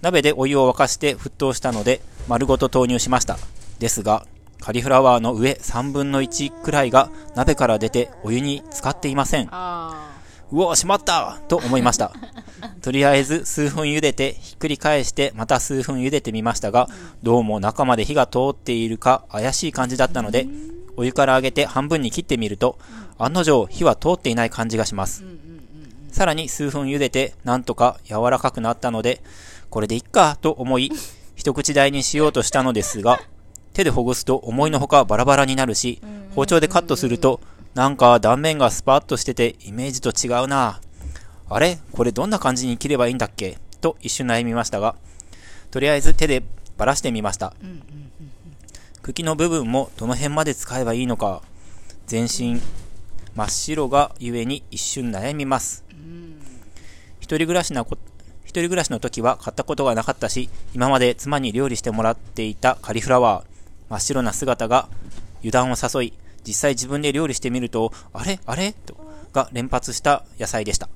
C: 鍋でお湯を沸かして沸騰したので、丸ごと投入しました。ですが、カリフラワーの上3分の1くらいが鍋から出てお湯に浸かっていません。
B: あ
C: うおしまったと思いました。とりあえず数分茹でてひっくり返してまた数分茹でてみましたが、どうも中まで火が通っているか怪しい感じだったので、お湯から上げて半分に切ってみると、案の定火は通っていない感じがします。さらに数分茹でてなんとか柔らかくなったので、これでいっかと思い、一口大にしようとしたのですが、手でほぐすと思いのほかバラバラになるし、包丁でカットすると、なんか断面がスパッとしててイメージと違うなあれこれどんな感じに切ればいいんだっけと一瞬悩みましたが、とりあえず手でばらしてみました。茎の部分もどの辺まで使えばいいのか、全身真っ白がゆえに一瞬悩みます。一人暮らしなこ一人暮らしの時は買ったことがなかったし、今まで妻に料理してもらっていたカリフラワー、真っ白な姿が油断を誘い、実際自分で料理してみると、あれあれとが連発した野菜でした。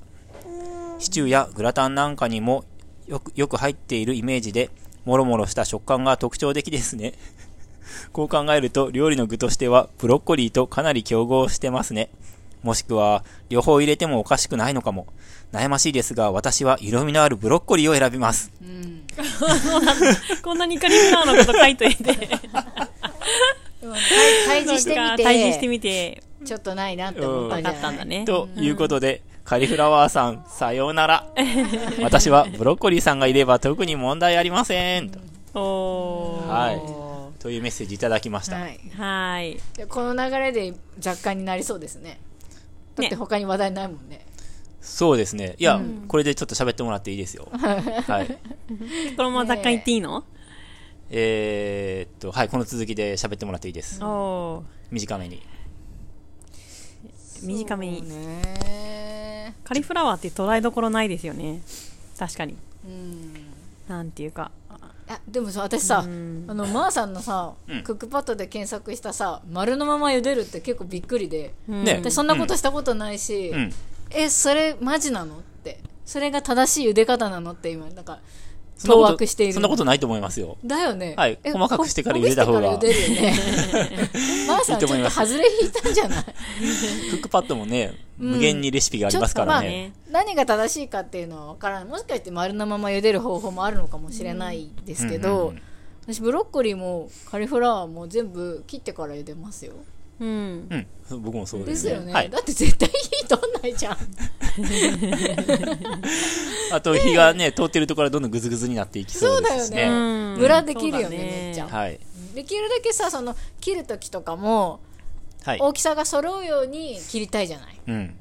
C: シチューやグラタンなんかにもよくよく入っているイメージで、もろもろした食感が特徴的ですね。 *laughs* こう考えると料理の具としてはブロッコリーとかなり競合してますね。もしくは両方入れてもおかしくないのかも。悩ましいですが私は色味のあるブロッコリーを選びます。
B: ーうん
A: *laughs* こんなにカリフラワーのこと書いといて
B: *laughs* でも対峙してみて
A: 対峙してみて
B: ちょっとないなって思った
A: 分
B: んじ
A: か
B: ゃ
A: ったん
B: な
A: だ
B: い
A: ね
C: ということで、カリフラワーさんさようなら。私はブロッコリーさんがいれば特に問題ありません。と
A: おー
C: はい
B: お
C: というメッセージいただきまし
B: ー
C: た。
B: はい
A: はい
B: でこの流れで若干になりそうですねだって他に話題ないもんね
C: そうですね。いや、これでちょっと喋ってもらっていいです
B: *laughs*
C: よ。はい。
A: このまま雑貨言っていいの、
C: えーっと、はい、この続きで喋ってもらっていいです。
A: おー
C: 短めに。
A: 短めに、
B: そうね
A: カリフラワーって捉えどころないですよね確かに
B: うん
A: なんていうか
B: あでもさ私さあのまーさんのさ、
C: うん
B: クックパッドで検索したさ丸のまま茹でるって結構びっくりで、
C: ね
B: 私そんなことしたことないし、
C: うん。
B: えそれマジなのってそれが正しい茹で方なのって今なんか
C: そんな
B: 当
C: こと
B: 惑している
C: そんなことないと思いますよ。
B: だよね、
C: はい
B: え
C: 細かくしてから茹でた方が
B: ほほぐしてから茹でるよね
C: *laughs*
B: まーさんちょっと外れ引いたんじゃない
C: クックパッドもね、無限にレシピがありますからね。
B: 何が正しいかっていうのは分からないもしかして丸のまま茹でる方法もあるのかもしれないですけど、
C: うんうん
B: 私ブロッコリーもカリフラワーも全部切ってから茹でますよ
A: うん
C: うん、そう僕もそうで
B: ですす
C: ね。
B: よね、
C: はい
B: だ。って絶対火取んないじゃん
C: あと、火がね、通ってるところはどんどんグズグズになっていきそうですし
B: そうだよ
C: ね。
A: うん
B: ムラできるよ
A: そ
B: ね
A: うだ
B: めっちゃ
C: はい。
B: できるだけさその切る時とかも
C: はい。
B: 大きさが揃うように切りたいじゃない
C: うん。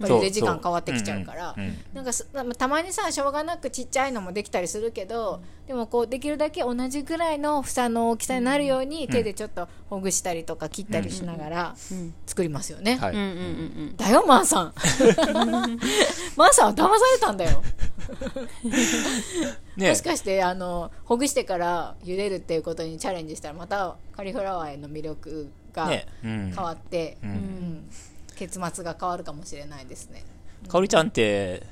B: やっぱり茹で時間変わってきちゃうから
C: んんん
B: なんかすたまにさしょうがなくちっちゃいのもできたりするけど、でもこうできるだけ同じぐらいの房の大きさになるように、手でちょっとほぐしたりとか切ったりしながら
A: ん
B: 作りますよね、
C: はい。
A: うんうんうん
B: だよマン
C: *laughs*
B: さんマンさんは騙されたんだよ
C: ね
B: もしかしてあのほぐしてから茹でるっていうことにチャレンジしたらまたカリフラワーへの魅力が
C: ねうん
B: 変わって、
C: ん
B: うん結末が変わるかもしれないですね。
C: かおりちゃんって、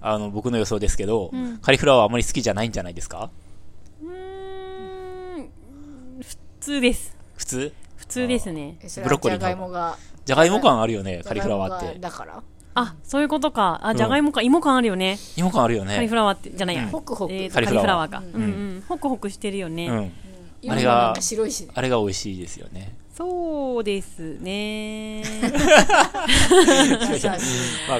C: あの、僕の予想ですけど、
A: ん
C: カリフラワーあまり好きじゃないんじゃないですか
A: うーん普通です
C: 普通
A: 普通ですね
B: えそれ
C: ブロ
B: は
C: ッコ
B: じ
C: リー
B: ゃ
C: の
B: がいもが
C: じゃがいも感あるよね、
B: じ
C: カ
B: ゃ
C: リ
B: が
C: フ
B: い
C: ラ
B: も
C: ワ
B: が
C: ーって。
B: だから
A: あそういうことかあ
C: ん
A: じゃがいもか芋感あるよね
C: 芋感あるよね。
A: カリフラワーってじゃないや、
C: うん
B: ホクホク
A: えーと
C: カ
A: カ
C: リ
A: リ
C: フ
A: フ
C: ラワー
A: ラワーか
C: う
A: うんんうんホクホクしてるよね、
C: うん。あ
B: 今
C: れが
B: のなんか白いしね
C: あれが美味しいですよね。
A: そうです
C: *laughs*
A: ね
B: 優しい
C: まあ、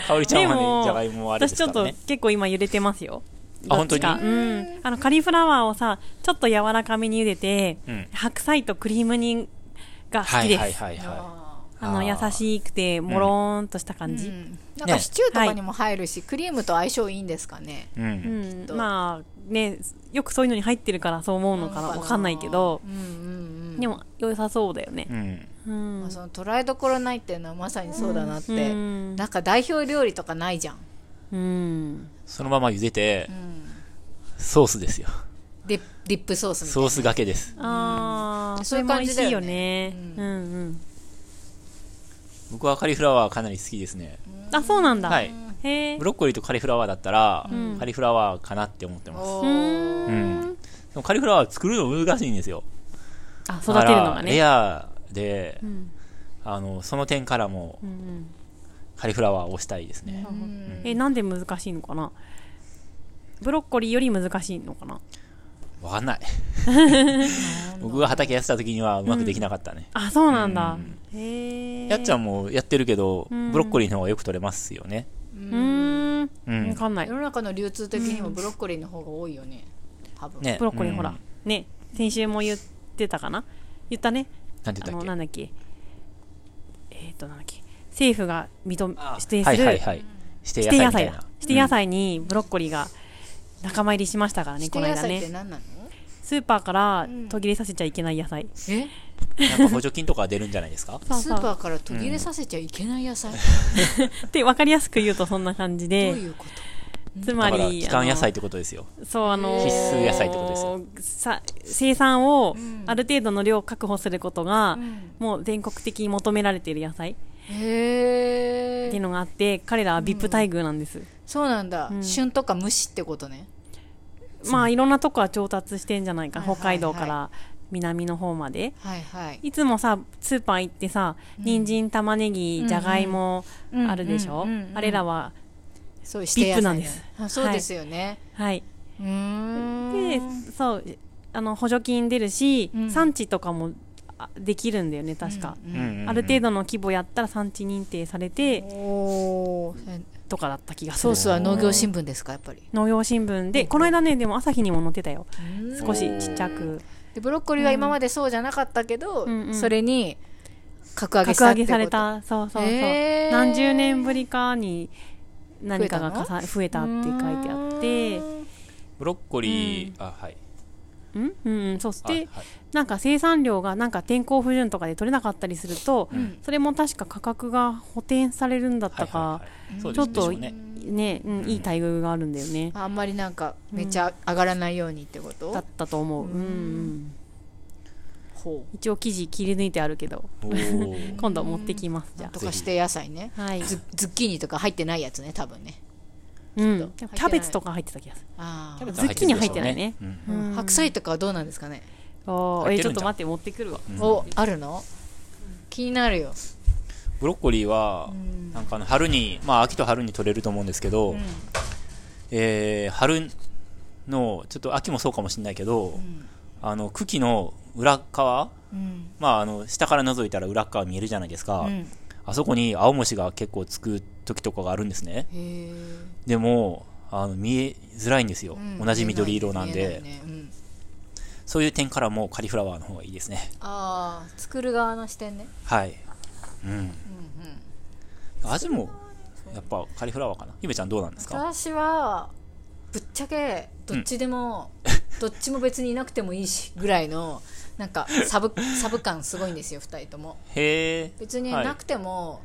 C: かおりちゃん
A: で
C: は
A: も
C: ね、じゃがいもあれ
A: 私
C: です
A: ちょ
C: か
A: っ
C: ら
A: と
C: ね。
A: 結構今揺れてますよ
C: あ
A: どっちか
C: 本当
A: うんあのカリフラワーをさちょっと柔らかめに茹でて、
C: うん
A: 白菜とクリーム煮が好
C: は
A: き
C: い
A: です、
C: はいはいは
B: あ
A: あの
C: あー
A: 優しくてもろーんとした感
B: ーう
A: じ、
B: んなんかシチューとかにも入るし、クリームと相性いいんですかね
C: い。う。
A: うんん
B: と
A: まあねよくそういうのに入ってるからそう思うのかなわかんないけど
B: う、んうんうん
A: でも良さそうだよねう
C: うん。
A: ん、
B: まあその捉えどころないっていうのはまさにそうだなって、
A: うん
B: なんか代表料理とかないじゃん、
A: うん
C: そのまま茹でて
B: う、ん、
C: ソースですよ。
B: ディディップソースみたい
C: ソ
B: な
C: ースがけです。
A: ああ、
B: そ
A: そうれ
B: いう
A: も
B: 感
A: 美
B: じ
A: 味
B: だ
A: しい
B: よ
A: よ
B: ね
A: ね。うんうん。
C: 僕はカリフラワーかなり好きですね。
A: あ、そうなんだ。
C: はい。
A: へえ
C: ブ。ロッコリーとカリフラワーだったら、
A: ん
C: カリフラワーかなって思ってます。
B: お
A: う
B: ー
A: ー
C: うん
A: ん。
C: でもカリフラワー作るの難しいんですよ。
A: あ、育てるの
C: だから
A: が
C: レ
A: ね。
C: アで
A: う、ん
C: あの、その点からも
A: うんうん
C: カリフラワーを推したいですね。
B: うん
A: え、なんで難しいのかなブロッコリーより難しいのかな
C: わかんない。僕が畑やってた時にはうまくできなかったね。
A: あ、そうなんだ。へえ。
C: やっちゃんもやってるけど、
A: ん
C: ブロッコリーの方がよく取れますよね。
A: うーん。
C: うん
A: わかんない
B: 世。の中の流通的にもブロッコリーの方が多いよね多分
C: ね。
A: ブロッコリーほ
C: う
A: ら
C: ん。。
A: ね、先週も言ってたかな言ったね。
C: なんて
A: あ
C: 言っ
A: の、
C: た
A: な
C: っ
A: ん
C: け
A: だっけ。えっと、なんだっけ。政府が認め、
C: あ
A: 指定
C: は
A: す
C: いはい
A: る
C: はい。して
A: 指
C: 野
A: 定野
C: 菜みた
A: 菜
C: い
A: だ
C: な。
A: 指定野菜にブロッコリーが仲間入りしましたからね、
B: 指
A: こ
B: 定
A: の
B: 野
A: 間
B: 菜って
A: ね
B: 何なの
A: スーパーから途切れさせちゃいけない野菜、
B: え
C: なんか補助金とか出るんじゃないですか
A: そう
B: ス
A: そう
B: ーパーから途切れさせちゃいけない野菜、
A: って分かりやすく言うとそんな感じ
B: どう
A: で
B: いうこと
A: つ
C: だ
A: ま
C: から、
A: り
C: 期間野菜っ
A: あ
C: てことですよ。
A: のそうあの
B: 必須野
C: 菜ってことですよ
A: さ生産をある程度の量を確保することが、もう全国的に求められている野菜
B: へ
A: っていう
B: え
A: のがあって彼らは VIP 待遇なんです、
B: そうなんだ、
A: ん
B: 旬とか蒸しってことね
A: まあいろんなとこは調達してんじゃないか、
B: はいはいはい
A: 北海道から南の方まで、
B: はいはい
A: いつもさスーパー行ってさ人参玉ねぎじゃがいも
B: うん
A: あるでしょ
B: うんうんうんうん
A: あれらは
B: そう指定
A: VIP
B: 野菜
A: なんです
B: あそうですよね、
A: はい、
B: うー
A: で
B: ん
A: そうあの補助金出るし、
B: うん
A: 産地とかもあできるんだよね確か、
B: うん
A: ある程
C: 度。
A: 度の規模やったら産地認定されて
B: おお
A: とかだった気がす
B: ソ
A: る
B: ースは農業新聞ですかやっぱり
A: 農業新聞でこの間ねでも朝日にも載ってたよ
B: うん
A: 少しちっちゃく
B: でブロッコリーは今までそうじゃなかったけど、
A: うんうん
B: それに格上げ
A: 格
B: したっ
A: 上げ
B: てこと
A: されたそうそうそう、
B: へー
A: 何十年ぶりかに何かがかさ増えたって書いてあって
C: ブロッコリー、あ、はい。
A: うん、うんうん、そし
C: あは
A: て
C: い
A: なんか生産量がなんか天候不順とかで取れなかったりすると、
C: ん
A: それも確か価格が補填されるんだったか、
C: いいいそう
A: ち
C: で
A: ょ
C: す
A: っ
C: でしょ
A: と
C: うね。
A: ね、うん、いい待遇があるんだよね、
B: あんまりなんかめっちゃ上がらないようにってこと、
A: だったと思う、うんうん、
B: ほ
A: 一応記事切り抜いてあるけど
C: おー
A: 今度持ってきますじゃ
B: うとかして野菜ね
A: あはい、
B: ズズッキーニとか入ってないやつね多分ね
A: うん、
B: ちょっと
A: キャベツとか入ってた気がする
B: あ
C: キャベ
B: あ
C: ツは
A: *laughs* ズッキーニ入ってないね
C: るでしょううん
A: うん
B: 白菜とかはどうなんですかね、
A: おー
C: 入っ
A: え
C: て
A: ち
C: る
A: ょっ
C: んじゃん
A: と待って持ってくるわ、
B: おあるの気になるよ
C: ブロッコリーは、なんかあの春に、まあ秋と春に取れると思うんですけど、えー春の、ちょっと秋もそうかもしれないけど、あの茎の裏側、
B: うん
C: まああの下から覗いたら裏側見えるじゃないですか、
B: うん
C: あそこに青虫が結構つく時とかがあるんですね。
B: へえ
C: でも、あの見えづらいんですよ。
B: うん
C: 同じ緑色なん
B: 見えい
C: で、
B: ねうん
C: そういう点からもカリフラワーの方がいいですね。
B: ああ作る側の視点ね
C: はい。うん。味も、やっぱカリフラワーかな。ゆめちゃんどうなんですか
B: 私はぶっちゃけどっちでも、どっちも別にいなくてもいいしぐらいのなん
C: *laughs*
B: かサブサブ感すごいんですよ2人とも
C: へえ。
B: 別に
C: はい
B: なくても、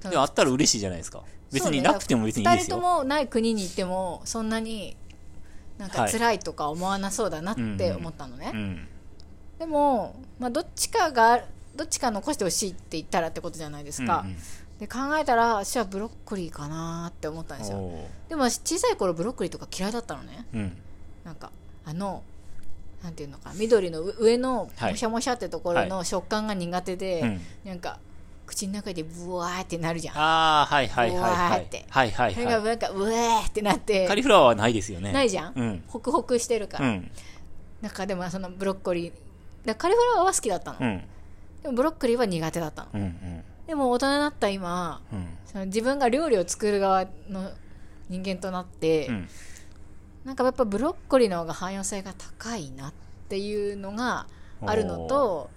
B: ただ
C: でもあったら嬉しいじゃないですか。別になくても別にいいですよ。
B: 2人ともない国に行ってもそんなになんか
C: はい
B: 辛いとか思わなそうだなって思ったのね、
C: うん。
B: でも、まあ、どっちかがどっちか残してほしいって言ったらってことじゃないです
C: うん
B: か、で考えたら私はブロッコリーかなーって思ったんです
C: うん
B: よ
C: おー
B: でも私小さい頃ブロッコリーとか嫌いだったのね
C: うん
B: なんかあのなんていうのかな緑の上上の
C: はい
B: もしゃもしゃってところの食感が苦手で、
C: うん
B: なんか口の中でブワーってなるじゃんあ
C: ああはいはいはい
B: わ
C: は
B: ーっ
C: い
B: て
C: はいはい
B: れが
C: は
B: なんかうえーってなって
C: いカリフラワーはないですよね
B: ないいじゃん、
C: うん
B: ホクホクしてるか
C: う
B: ら、
C: ん
B: なんかでもそのブロッコリーだからカリフラワーは好きだったの、
C: うん
B: でもブロッコリーは苦手だったの
C: うんうん
B: でも大人になった今
C: うん
B: その自分が料理を作る側の人間となって、
C: うん
B: なんかやっぱブロッコリーの方が汎用性が高いなっていうのがあるのと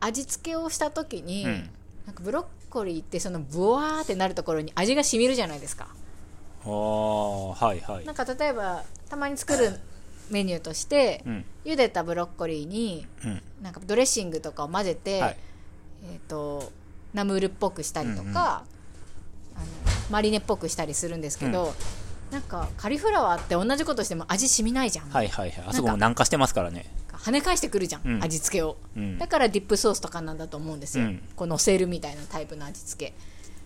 B: 味付けをした時に、
C: うん
B: なんかブロッコリーってそのブワーってなるところに味が染みるじゃないですか
C: ああはいはい
B: なんか例えばたまに作るメニューとして、
C: うん
B: 茹でたブロッコリーに
C: うん
B: なんかドレッシングとかを混ぜて、
C: はい
B: えー、とナムールっぽくしたりとか、あのマリネっぽくしたりするんですけど、なんかカリフラワーって同じことしても味しみないじゃん、
C: はいはいはいあそこも軟化してますからね
B: 跳ね返してくるじゃん、
C: うん
B: 味付けを、
C: うん
B: だからディップソースとかなんだと思うんですよ、
C: うん
B: こうのせるみたいなタイプの味付け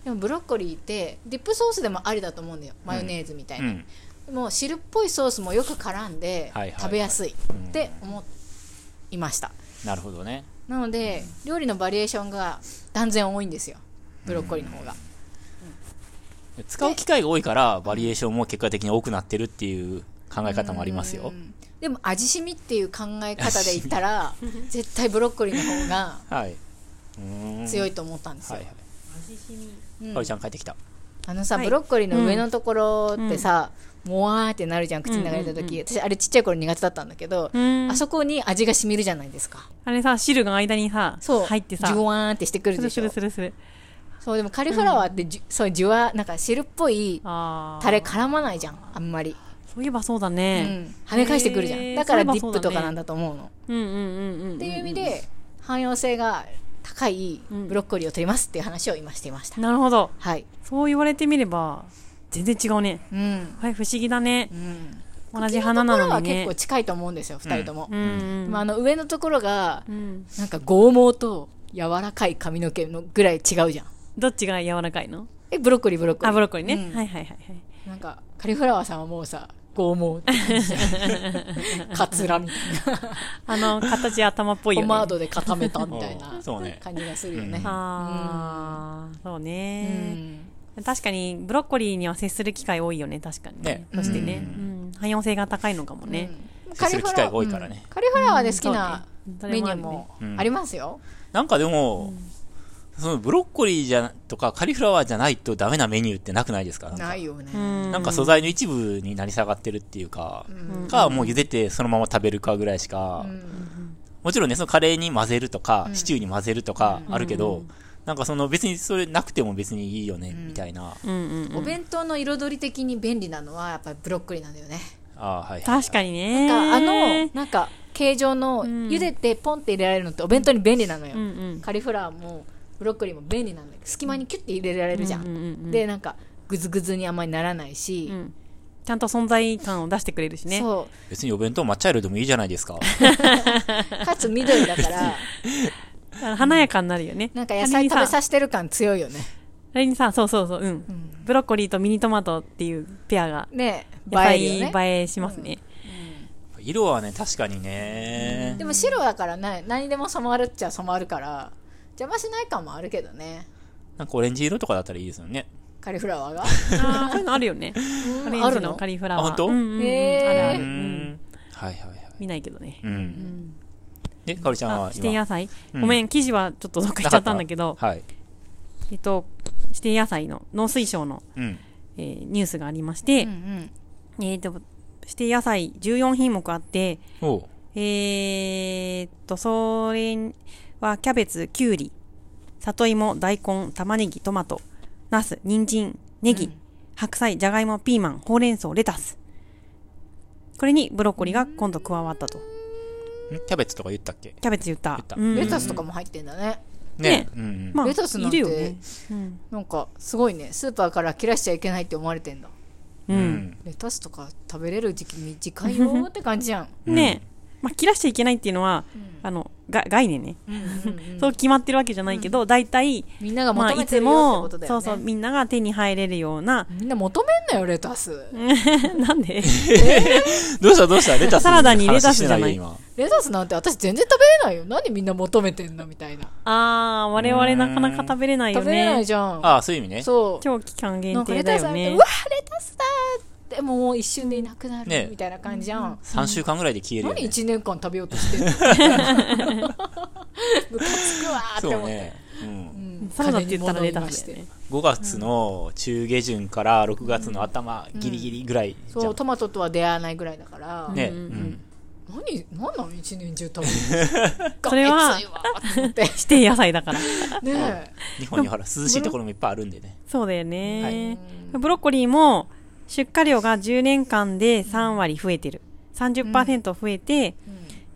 B: でもブロッコリーってディップソースでもありだと思うんだよマヨネーズみたいうな、
C: ん
B: でも汁っぽいソースもよく絡んで
C: はいはいはい
B: 食べやすいって思いました、
C: なるほどね
B: なので料理のバリエーションが断然多いんですよブロッコリーの方が、
C: 使う機会が多いからバリエーションも結果的に多くなってるっていう考え方もありますよ
B: うんでも味しみっていう考え方で言ったら絶対ブロッコリーの方が
C: はいうん
B: 強いと思ったんです
C: は
B: よ
C: いはい、
A: 味しみ
B: うん
C: かおりちゃん帰ってきた
B: あのさ、
A: はい
B: ブロッコリーの上のところってさ、もわーってなるじゃん口の中に入れた時、私あれちっちゃい頃苦手だったんだけど、
A: ん
B: あそこに味がしみるじゃないですか
A: あれさ汁が間にさ
B: そう
A: 入ってさ
B: ジュワーンってしてくる
A: す
B: で
A: る
B: し
A: す
B: ょ
A: るするする
B: そうでもカリフラワーってじゅ、そうジュワーなんか汁っぽい
A: あー
B: タレ絡まないじゃんあんまり、
A: そういえばそうだ
B: う
A: ね、
B: ん、跳ね返してくるじゃ
A: へ
B: ん
A: ー
B: だからデ
A: そういえ
B: ィ
A: ばそ
B: ッ
A: うだ
B: プ
A: ね
B: とかなんだと思うの
A: うん、うんうんうんうん
B: っていう意味で汎用性が高いブロッコリーを取りますっていう話を今していました、
A: なるほど
B: はい
A: そう言われてみれば全然違うね
B: うん
A: はい不思議だね
B: うん
A: 同じ花なのにね
B: 茎ところは結構近いと思うんですよ2人とも、
A: うんうん
B: まあ、あの上のところが
A: うん
B: なんか剛毛と柔らかい髪の毛のぐらい違うじゃん
A: どっちが柔らかいの
B: えブロッコリーブロッコリー
A: あブロッコリーね、
B: うん
A: はいはいはいはい
B: なんかカリフラワーさんはもうさ剛
A: *laughs*
B: 毛って感じじゃんカツラみたい
A: あの形頭っぽい
B: な
A: よ
B: *laughs* ポ
A: ね
B: マードで固めたみたい
C: お
B: な
C: うそうね
B: 感じがするよね
C: うん
A: ああそう
B: う
A: ね、
B: ん
A: 確かにブロッコリーには接する機会多いよね確かにね
C: ね
A: そしてね、
C: う
A: うん汎用性が高いのかもね、
B: うん
C: 接する機会が多いからね
B: カリフラワーで好きな
A: うんそう
B: メ
A: ね
B: ニューも
C: どれもあるね
B: ありますよ、
C: なんかでも、そのブロッコリーじゃとかカリフラワーじゃないとダメなメニューってなくないですかなんか
B: ないよね、
A: うん
C: なんか素材の一部になり下がってるっていうか、かもう茹でてそのまま食べるかぐらいしか、もちろんねそのカレーに混ぜるとか、シチューに混ぜるとかあるけど、なんかその別にそれなくても別にいいよね、みたいな
A: うんうんうん
B: お弁当の彩り的に便利なのはやっぱりブロッコリーなんだよね、
C: あーはいはい
A: 確かにね
B: なんかあのなんか形状の茹でてポンって入れられるのってお弁当に便利なのよ、
A: うんうん
B: カリフラワーもブロッコリーも便利なんだけど隙間にキュッて入れられるじゃん,、
A: うんうん
B: でなんかグズグズにあんまりならないし、
A: うんちゃんと存在感を出してくれるしね
B: そ
C: 別にお弁当抹茶色でもいいじゃないですか
B: うかつ緑だから
A: *laughs* 華やかになるよね
B: なんか野菜食べさせてる感強いよね
A: あれにさそうそうそううん、ブロッコリーとミニトマトっていうペアが
B: ねえ
A: やっぱ
B: 映
A: り
B: えるよね
A: 映えしますね、
C: 色はね確かにね
B: でも白だからな何でも染まるっちゃ染まるから邪魔しない感もあるけどね
C: なんかオレンジ色とかだったらいいですよね
B: カリフラワーが
A: ああそういうのあるよね *laughs* オレンジのカリフラワー
C: あ本当
A: うんうんうん
B: へ
A: あ
B: ー
A: るある、
C: うー
A: うん、
C: んはいはいはい
A: 見ないけどね
C: うん、でかおりちゃん
A: あ
C: は
A: 指定
C: 今
A: 野菜、
C: うん
A: ごめん記事はちょっとどっか行っちゃったんだけ
C: な
A: ど
C: かったはい
A: えっと指定野菜の農水省の、
C: うん
A: えーニュースがありまして、
B: うん
A: えー、と指定野菜14品目あって
C: おう
A: えー、っとそれはキャベツきゅうり里芋大根玉ねぎトマトナス人参ネギ、白菜じゃがいもピーマンほうれん草レタスこれにブロッコリーが今度加わったと
C: んキャベツとか言ったっけ
A: キャベツ言った
C: 言った
A: うん
B: レタスとかも入ってんだね、
A: ね
C: うんうん
A: まあ
B: レタスなんて
A: いるよねうん、
B: なんかすごいねスーパーから切らしちゃいけないって思われてんだ
A: う
C: うんん
B: レタスとか食べれる時期短いよーって感じじゃん
A: ねえ、まあ、切らしちゃいけないっていうのは、あのが概念ね、
B: うんうんうん
A: そう決まってるわけじゃないけど、大体、
B: みんなが
A: まあ、
B: 求
A: い
B: め
A: つ
B: てるよ
A: も、
B: ってことだ
A: そ
B: よ
A: う
B: ね。
A: そう、みんなが手に入れるよう
B: *laughs*
A: な、
B: みんな求めんなよ、レタス。
A: なんで
C: どうしたどうしたレタス
A: サラダにレタスじゃない
C: 話してよ今
B: レタスなんて私全然食べれないよ。なんでみんな求めてんのみたいな。
A: あー、我々なかなか食べれないよ
B: 食べれない
A: ね。
B: じゃん。
C: ああ、そういう意味ね。
B: そ
A: 超期間
B: う。なん
A: 限
B: か
A: 定
B: レ
A: だ
B: タス
A: よ
B: あげて、
A: ね
B: うわ。、レタスだーでもう一瞬でいなくな
C: ね
B: るみたいな感じじゃん。
C: 3週間ぐらいで消えるよ、
B: 何
C: ね。
B: 一年間食べようとしてんの *laughs* ムカつくわーって
C: そ
B: 思っ
C: う
B: て。
C: ね。うん
B: うん
A: サラダって言ったらレタスだよね。。
C: 5月の中下旬から6月の頭ギリギリぐらいじゃん、
B: そう、トマトとは出会わないぐらいだから。
C: ね、
A: う
C: うんん
B: 何、何なの一年中食べる
C: *laughs*
B: の
A: それは
B: がめついわーって思って。
A: 指定野菜
B: *laughs*
A: だから。
B: ねえ。
C: 日本にほら涼しいところもいっぱいあるんでね
A: そうだよね。ブロッコリーも出荷量が10年間で3割増えてる。30%増えて、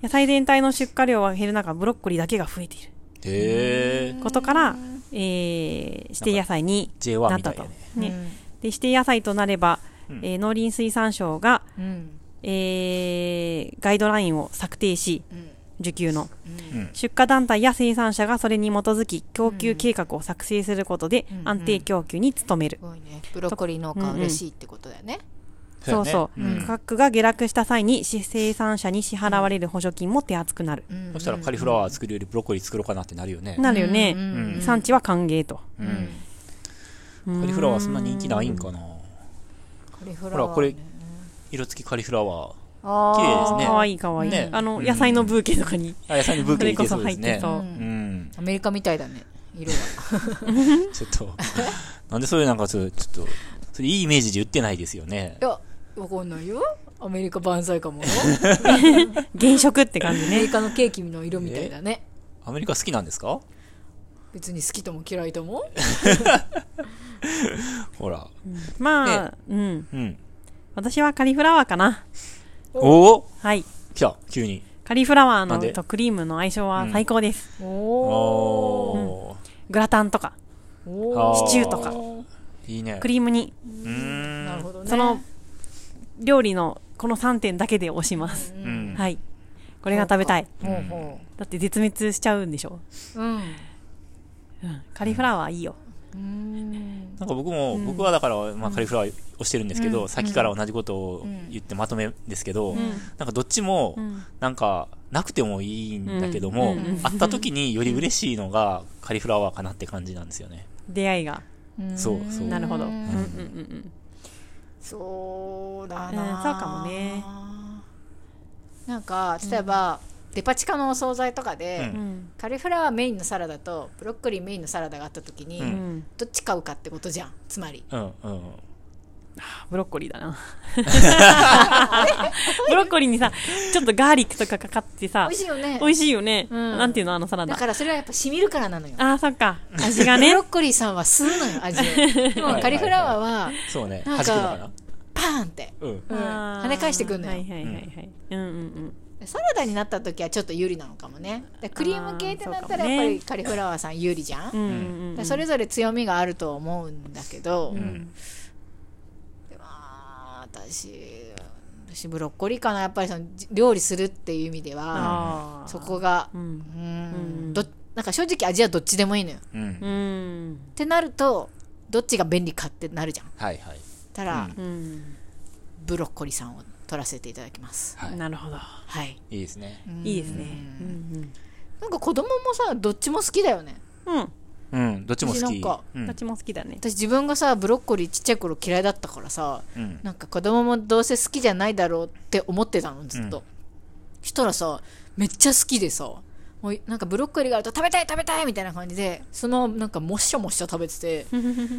A: 野菜全体の出荷量は減る中、ブロッコリーだけが増えている。
C: へえ
A: ことから、えー、指定野菜にな
C: J1
A: っ
C: み
A: た
C: たい
A: と。
C: だ
A: ね
C: ね
A: で指定野菜となれば、えー農林水産省が、
B: うん。
A: えーガイドラインを策定し、
B: ん
A: 受給の、
C: うん
A: 出荷団体や生産者がそれに基づき供給計画を作成することで
B: うん
A: 安定供給に努める
B: す、ごいね。ブロッコリー農家は嬉しいってことだよね。
A: そうそう、
C: だよね
A: 価格が下落した際にし生産者に支払われる補助金も手厚くなる、
B: うん
C: そしたらカリフラワー作るよりブロッコリー作ろうかなってなるよね
A: なるよね、
C: うん
A: 産地は歓迎と
C: うんカリフラワーそんな人気ないんかな
B: カリフ
C: ほ
B: ラワ
C: ら
B: ー。
C: これ色付きカリフラワー
B: あー、
C: 綺麗ですね
A: 可愛い可愛い
C: ね
A: あの
C: うん
A: 野菜のブーケとかに、
C: あ野菜にブー
A: そ
C: ケに
A: れ
C: い
A: こ
C: け
A: そ
C: そうで
A: 入
C: す
A: って
C: ね
A: そう、
C: うん
B: アメリカみたいだね。色が。
C: ちょっと *laughs* なんでそういうなんかちょっとちょっとそれいいイメージで売ってないですよね
B: いや、わかんないよ。アメリカ万歳かもよ。
A: 原色って感じ
B: アメ
A: ね
B: リカのケーキの色みたいだね。
C: アメリカ好きなんですか
B: 別に好きとも嫌いとも。
C: ほら
A: まあ、うん
C: うん
A: 私はカリフラワーかな
C: おお
A: はい
C: 来た急に
A: カリフラワー
C: なん
A: の
C: で
A: とクリームの相性は最高です、
B: おー
C: おー
A: グラタンとか
B: お
C: あ
B: ー
C: ー
A: シチューとか
C: いいね
A: クリームに
C: うーん
B: なるほどね。
A: その料理のこの3点だけで押します、
C: うん
A: はいこれが食べたい
B: ほうほ
A: だって絶滅しちゃうんでしょ、
B: う。うん。
A: うん、カリフラワーいいよ
B: うん
C: なんか僕も、僕はだから、まあ、カリフラワーをしてるんですけど、さっきから同じことを言ってまとめですけど、なんかどっちも、なんかなくてもいいんだけども、あった時により嬉しいのがカリフラワーかなって感じなんですよね。
A: 出会いが
C: そうそう。
A: なるほど、うんうんうんうん、
B: そうだな、
A: うんそうかもね
B: なんか例えば、デパ地下のお惣菜とかで、
C: うん
B: カリフラワーメインのサラダとブロッコリーメインのサラダがあった時に、
C: う
A: うん、
B: どっち買うかってことじゃんつまり
C: うんうん。
A: ブロッコリーだ
B: *laughs*
A: なブロッコリーにさちょっとガーリックとかかかってさ
B: 美味しいよね
A: 美味しいよね、
B: うん
A: なんていうのあのサラダ
B: だからそれはやっぱしみるからなのよ
A: ああそっか味が
B: ブ
A: ね
B: ロッコリーさんは吸うのよ味をでもカリフラワーは
C: *laughs* そうね。
B: なん
C: 弾
B: か
C: くのかな
B: パーンって、
C: うん。
B: うん、
A: あー
B: 跳ね返してくんのよ、
A: はいはいはいはい。うんうんうん。
B: サラダになった時はちょっと有利なのかもねでクリーム系ってなっ
A: あーそう
B: たら
A: かもね
B: やっぱりカリフラワーさん有利じゃん、
A: うんうんう
B: で
A: ん。
B: それぞれ強みがあると思うんだけど、
C: ん
B: でまあ私私ブロッコリーかなやっぱりそのじ料理するっていう意味で
A: あ
B: は
A: あ。
B: そこが
A: う
B: うん
A: ん。
B: んどなんか正直味はどっちでもいいのよ
C: うん。
A: うん。
B: ってなるとどっちが便利かってなるじゃん
C: はいはい。
B: たら、
A: うん。
B: ブロッコリーさんを取らせていただきます
C: はい。
A: なるほど。
B: はい
C: いいですね。
A: いいですね。うん
B: なんか子供もさどっちも好きだよね
A: うん。うん。
C: うん。どっちも好
B: 私なん
C: き。
B: か
C: う
A: どっ
C: ん
A: ちも好きだ
C: *laughs*
A: ね。
B: 私自分がさブロッコリーちっちゃい頃嫌いだったからさ
C: うん。
B: なんか子供もどうせ好きじゃないだろうって思ってたのずっと、
C: うん
B: したらさめっちゃ好きでさもうなんかブロッコリーがあると食べたい食べたいみたいな感じでそのなんかもっしゃもっしゃ食べてて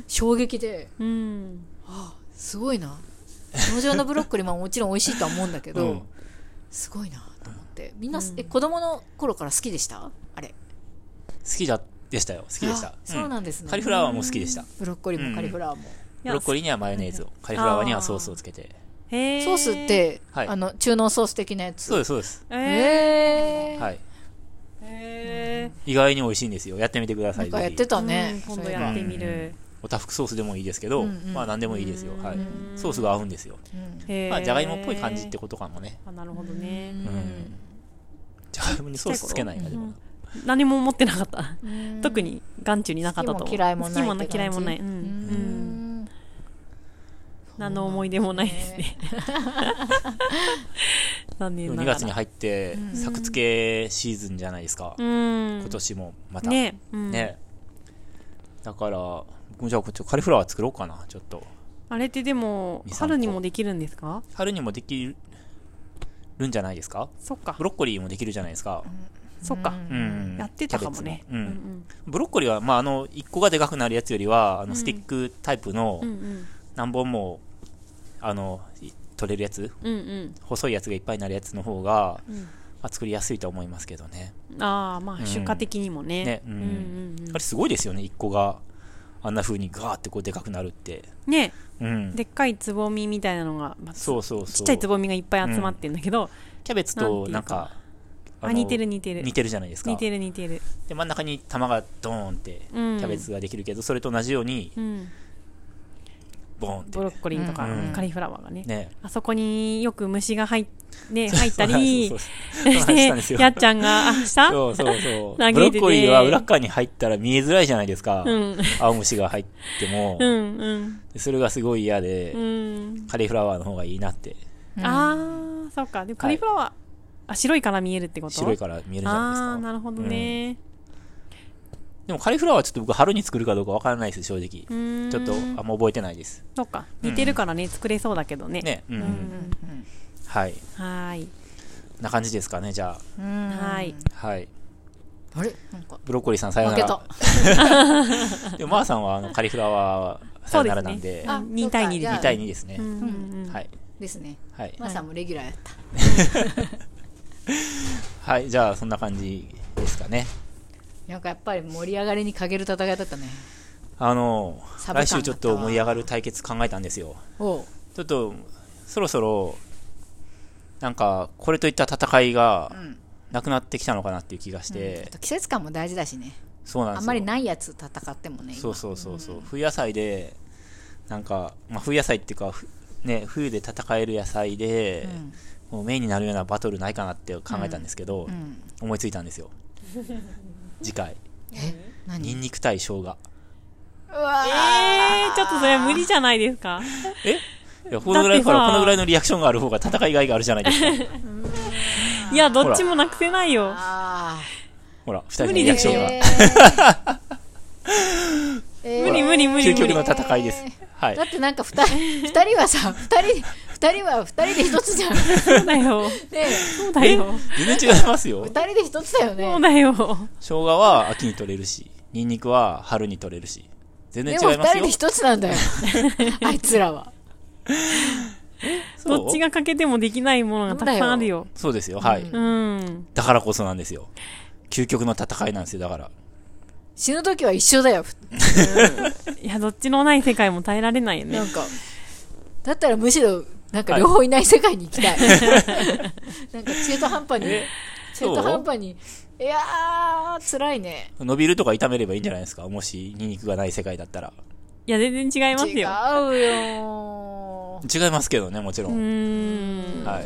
B: 衝撃で
A: うん。
B: すごいな農場のブロッコリーももちろん美味しいとは思うんだけど、
C: うん
B: すごいなと思ってみんな、え子供の頃から好きでしたあれ
C: 好きだでしたよ。好きでした
B: あ。そうなんですね
C: カリフラワーも好きでした。
B: ブロッコリーもカリフラワーも、
A: い
C: ブ
A: や
C: ロッコリーにはマヨネーズを、カリフラワーにはソースをつけて。
A: へえ。
B: ソースっ。て、
C: はい
B: あの中濃ソース的なやつ
C: そうです、そうです。
A: え
B: えー
C: は
A: ー
C: い。
A: へ
C: 意外に美味しいんですよ。やってみてくださ。
B: ないんかやっ
C: ぜ
B: て
C: ひ
A: ー
B: た
A: う
B: ね
A: ん、今度やってみる。
C: おたふくソースでもいいですけど、
B: うんうん
C: まあ何でもいいですよ。はい。ソースが合うんですよ。
B: うん
A: へえ。
C: まあじゃがいもっぽい感じってことかもね。
A: あなるほどね。
C: うん。じゃカムにソースつけないなでも
A: 何も持ってなかった。特に眼中になかったと思う。
B: 好きも嫌いもない
A: 好き
B: って感じ
A: 嫌いもない。うん
B: う
A: うん
B: ん
A: 何の思い出もないですね。 *laughs* 残念なが
C: 2
A: ら。
C: 月に入って作付けシーズンじゃないですか、
A: うん。
C: 今年もまた
A: ねうん
C: ねだから僕もじゃあこっちカリフラワー作ろうかなちょっと
A: あれってでも
C: 二、三個
A: 春にもできるんですか
C: 春にもできるんじゃないですか
A: そっか
C: ブ。ロッコリーもできるじゃないですか、
A: そっか。
C: うん
A: やってたかもね
C: キャベ。ツもうん
A: うん
C: ブロッコリーは、まあ、あの1個がでかくなるやつよりはあのスティックタイプの
A: うんうん
C: 何本もあのい取れるやつ
A: うん
C: 細いやつがいっぱいになるやつの方が、
A: うん
C: まあ、作りやすいとは思いますけどね
A: うん。ああ、まあ、出荷的にもね。
C: ね、う
A: うんんうんうん
C: あれすごいですよね1個があんな風にガーってこうでかくなるって、
A: ね
C: うん、
A: でっかいつぼみみたいなのが、まあ
C: そうそうそう
A: ちっちゃいつぼみがいっぱい集まってんだけど、
C: キャベツとなんか
A: あ
C: の
A: 似てる似てる
C: 似てるじゃないですか
A: 似てる似てる。
C: で真ん中に玉がドーンってキ
A: うん
C: ャベツができるけど、それと同じように
A: うん。
C: ボーンって
A: ブロッコリーとか
C: うん
A: カリフラワーがね。
C: ね
A: あそこによく虫が入っ,、ね、入ったり
C: *laughs* そうそうそうそう話したんです
A: して、
C: よ
A: やっちゃんが、あ、した
C: そうそうそう。
A: 投げてて
C: ブロッコリーは裏っ側に入ったら見えづらいじゃないですか。
A: うん
C: 青虫が入っても、
A: うんうん。
C: それがすごい嫌で、
A: うん。
C: カリフラワーの方がいいなって、
A: ああ、そっか。でもカリフラワー、あ、白いから見えるってこと
C: 白い
A: か
C: から見えるじゃないですか。
A: ああー、なるほどね。
C: うんでもカリフラワーはちょっと僕春に作るかどうかわからないです、正直。
A: うん。
C: ちょっとあんま覚えてないです。
A: そっか。似てるからね、作れそうだけどね。
C: ね、うん。
A: うん。
C: はい。
A: はーい。
C: な感じですかね、じゃ
B: うん
A: はい。
C: あ。はい。
B: あれなんか
C: ブロッコリーさんさよ
B: 負
C: な
B: け
C: ら
B: た。
C: *laughs* でも、まーさんはあのカリフラワーはさよならなん
A: そうで
C: で、
A: すねあ二対二で
B: じゃあ
C: 2対2ですね
A: う。んうんうん。
C: はい。
B: ですね
C: はい。
B: まあさんもレギュラーやった
C: はい。じゃあ、そんな感じですかね。
B: なんかやっぱり盛り上がりに欠ける戦いだったね
C: あの
B: サ、ブ感
C: 来週ちょっと盛り上がる対決考えたんですよ。
B: おう
C: ちょっと、そろそろ、なんか、これといった戦いが
B: ん、
C: なくなってきたのかなっていう気がし
B: あ
C: て、
B: と季節感も大事だしね
C: そうなんです
B: あ
C: よ。
B: んまりないやつ戦ってもね今
C: そうそうそうそう。冬野菜で、なんか、まあ、冬野菜っていうか、ふね、冬で戦える野菜で、もうメインになるようなバトルないかなって考えたんですけど、
B: ん
C: 思いついたんですよ。次回、
B: え
C: ニン
B: 何
C: ニク対生姜。
B: うわ
A: ええー、ちょっとそれ無理じゃないですか。
C: えいや、このぐら
A: だって
C: い
A: さ
C: から、このぐらいのリアクションがある方が戦いがいがあるじゃな
A: *laughs*
C: いですか。
A: いや、どっちもなくせないよ。
B: あ
C: ほら、二人の
A: 無理
C: リア
A: で
C: ク
A: し
C: シ
A: ょ
C: ョンが。
A: 無理無理無理
C: 究
A: 無
C: 極
A: 理
C: の。戦いです。は
B: だ
C: い。
B: ってなんか二人二人はさ二人二人は二人で一つじゃん
A: そうだよ。
B: で
A: そうだよ。
C: 全然違いますよ
B: 二。人で一つだよ
A: そう
B: ね
A: だよ。
C: 生姜は秋に取れるし、ニンニクは春に取れるし。全然
B: でも
C: 違い
B: 二
C: ます
B: 人
C: よ
B: で。一つな
A: *laughs*
B: んだよあいつらは
C: そう
A: どっちが欠けてもできないものがたくさんあるよ。
C: そうですよ。はい。
A: うん。
C: だからこそなんですよ。究極の戦いなんですよ、だから。
B: 死ぬ時は一緒だよ
A: いや、どっちのない世界も耐えられないよね
B: な。んかだったらむしろなんか両方いない世界に行き
A: *laughs*
B: たい、 *laughs* なんか中途半端に中
C: そう
B: 途半端にいやー辛いね
C: 伸びるとか炒めればいいんじゃないですか。もし、ニンニクがない世界だったら。
A: いや、全然違います
B: 違う
A: よ。
B: よ
C: 違いますけどね、もちろ。
A: うんーん。
C: はい。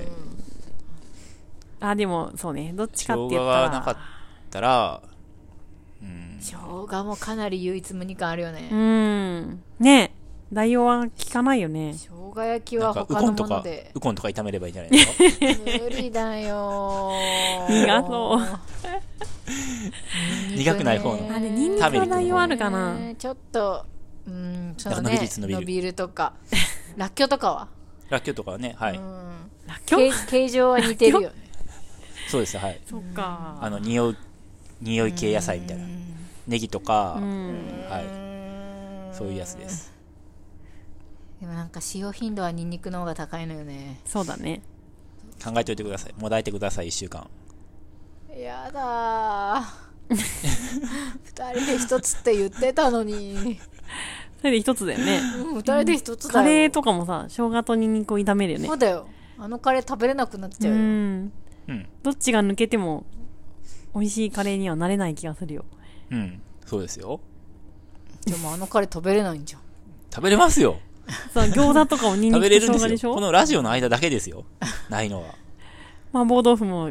A: あ、でも、そうね。どっちかって
C: 生
A: 言っ
C: 姜
A: た
C: がなからっ。たら、
B: 生姜もかなり唯一無二感あるよね、
A: うん。ねえ。代用は効かないよね。
B: 生姜焼き
C: な
B: は
C: んか、ウ
B: 他
C: コ
B: の
C: ンと
B: もの
C: か
B: で、
C: ウコンとか炒めればいいんじゃないですか。
B: 無理だよー
A: 苦そう
C: 苦くない方の
A: あれ、ニンニク
C: 食べに
A: の
C: 行く
A: 代用あるかな。
B: ねちょっとうんその
C: なん
B: ね
C: か伸びるやつ伸びる
B: と
A: *laughs*
B: からっきょうとかは
C: らっきょうとかはね、はい。
A: らっきょう
B: 形形状は似てるよね
C: そうです、はい。
A: そっか。
C: あの、匂う、匂い系野菜みたいな。ネギとか、はい。そういうやつです。
B: でもなんか使用頻度はニンニクの方が高いのよね
A: そうだね。
C: 考えておいてください。もだえてください、一週間。
B: やだー *laughs* 二人で一つって言ってたのに
A: それで一つだよね。
B: うん二人で一つだ
A: カ
B: よ
A: レーとかもさ、生姜とニンニクを炒めるよね
B: そう。だよあのカレー食べれなくなっちゃう
A: う
B: よ、
A: ん。
C: うん。
A: どっちが抜けても、美味しいカレーにはなれない気がするよ。
C: うん。そうですよ。
B: でもあのカレー食べれないんじゃん
C: 食べれますよ。
A: さ、餃子とかもニンニ
C: 食
A: ク
C: べ
A: と
C: れるん
A: 生姜
C: で
A: ですし
C: よ。こ
A: ょ
C: のラジオの間だけですよ。ないのは。
A: 麻婆豆腐も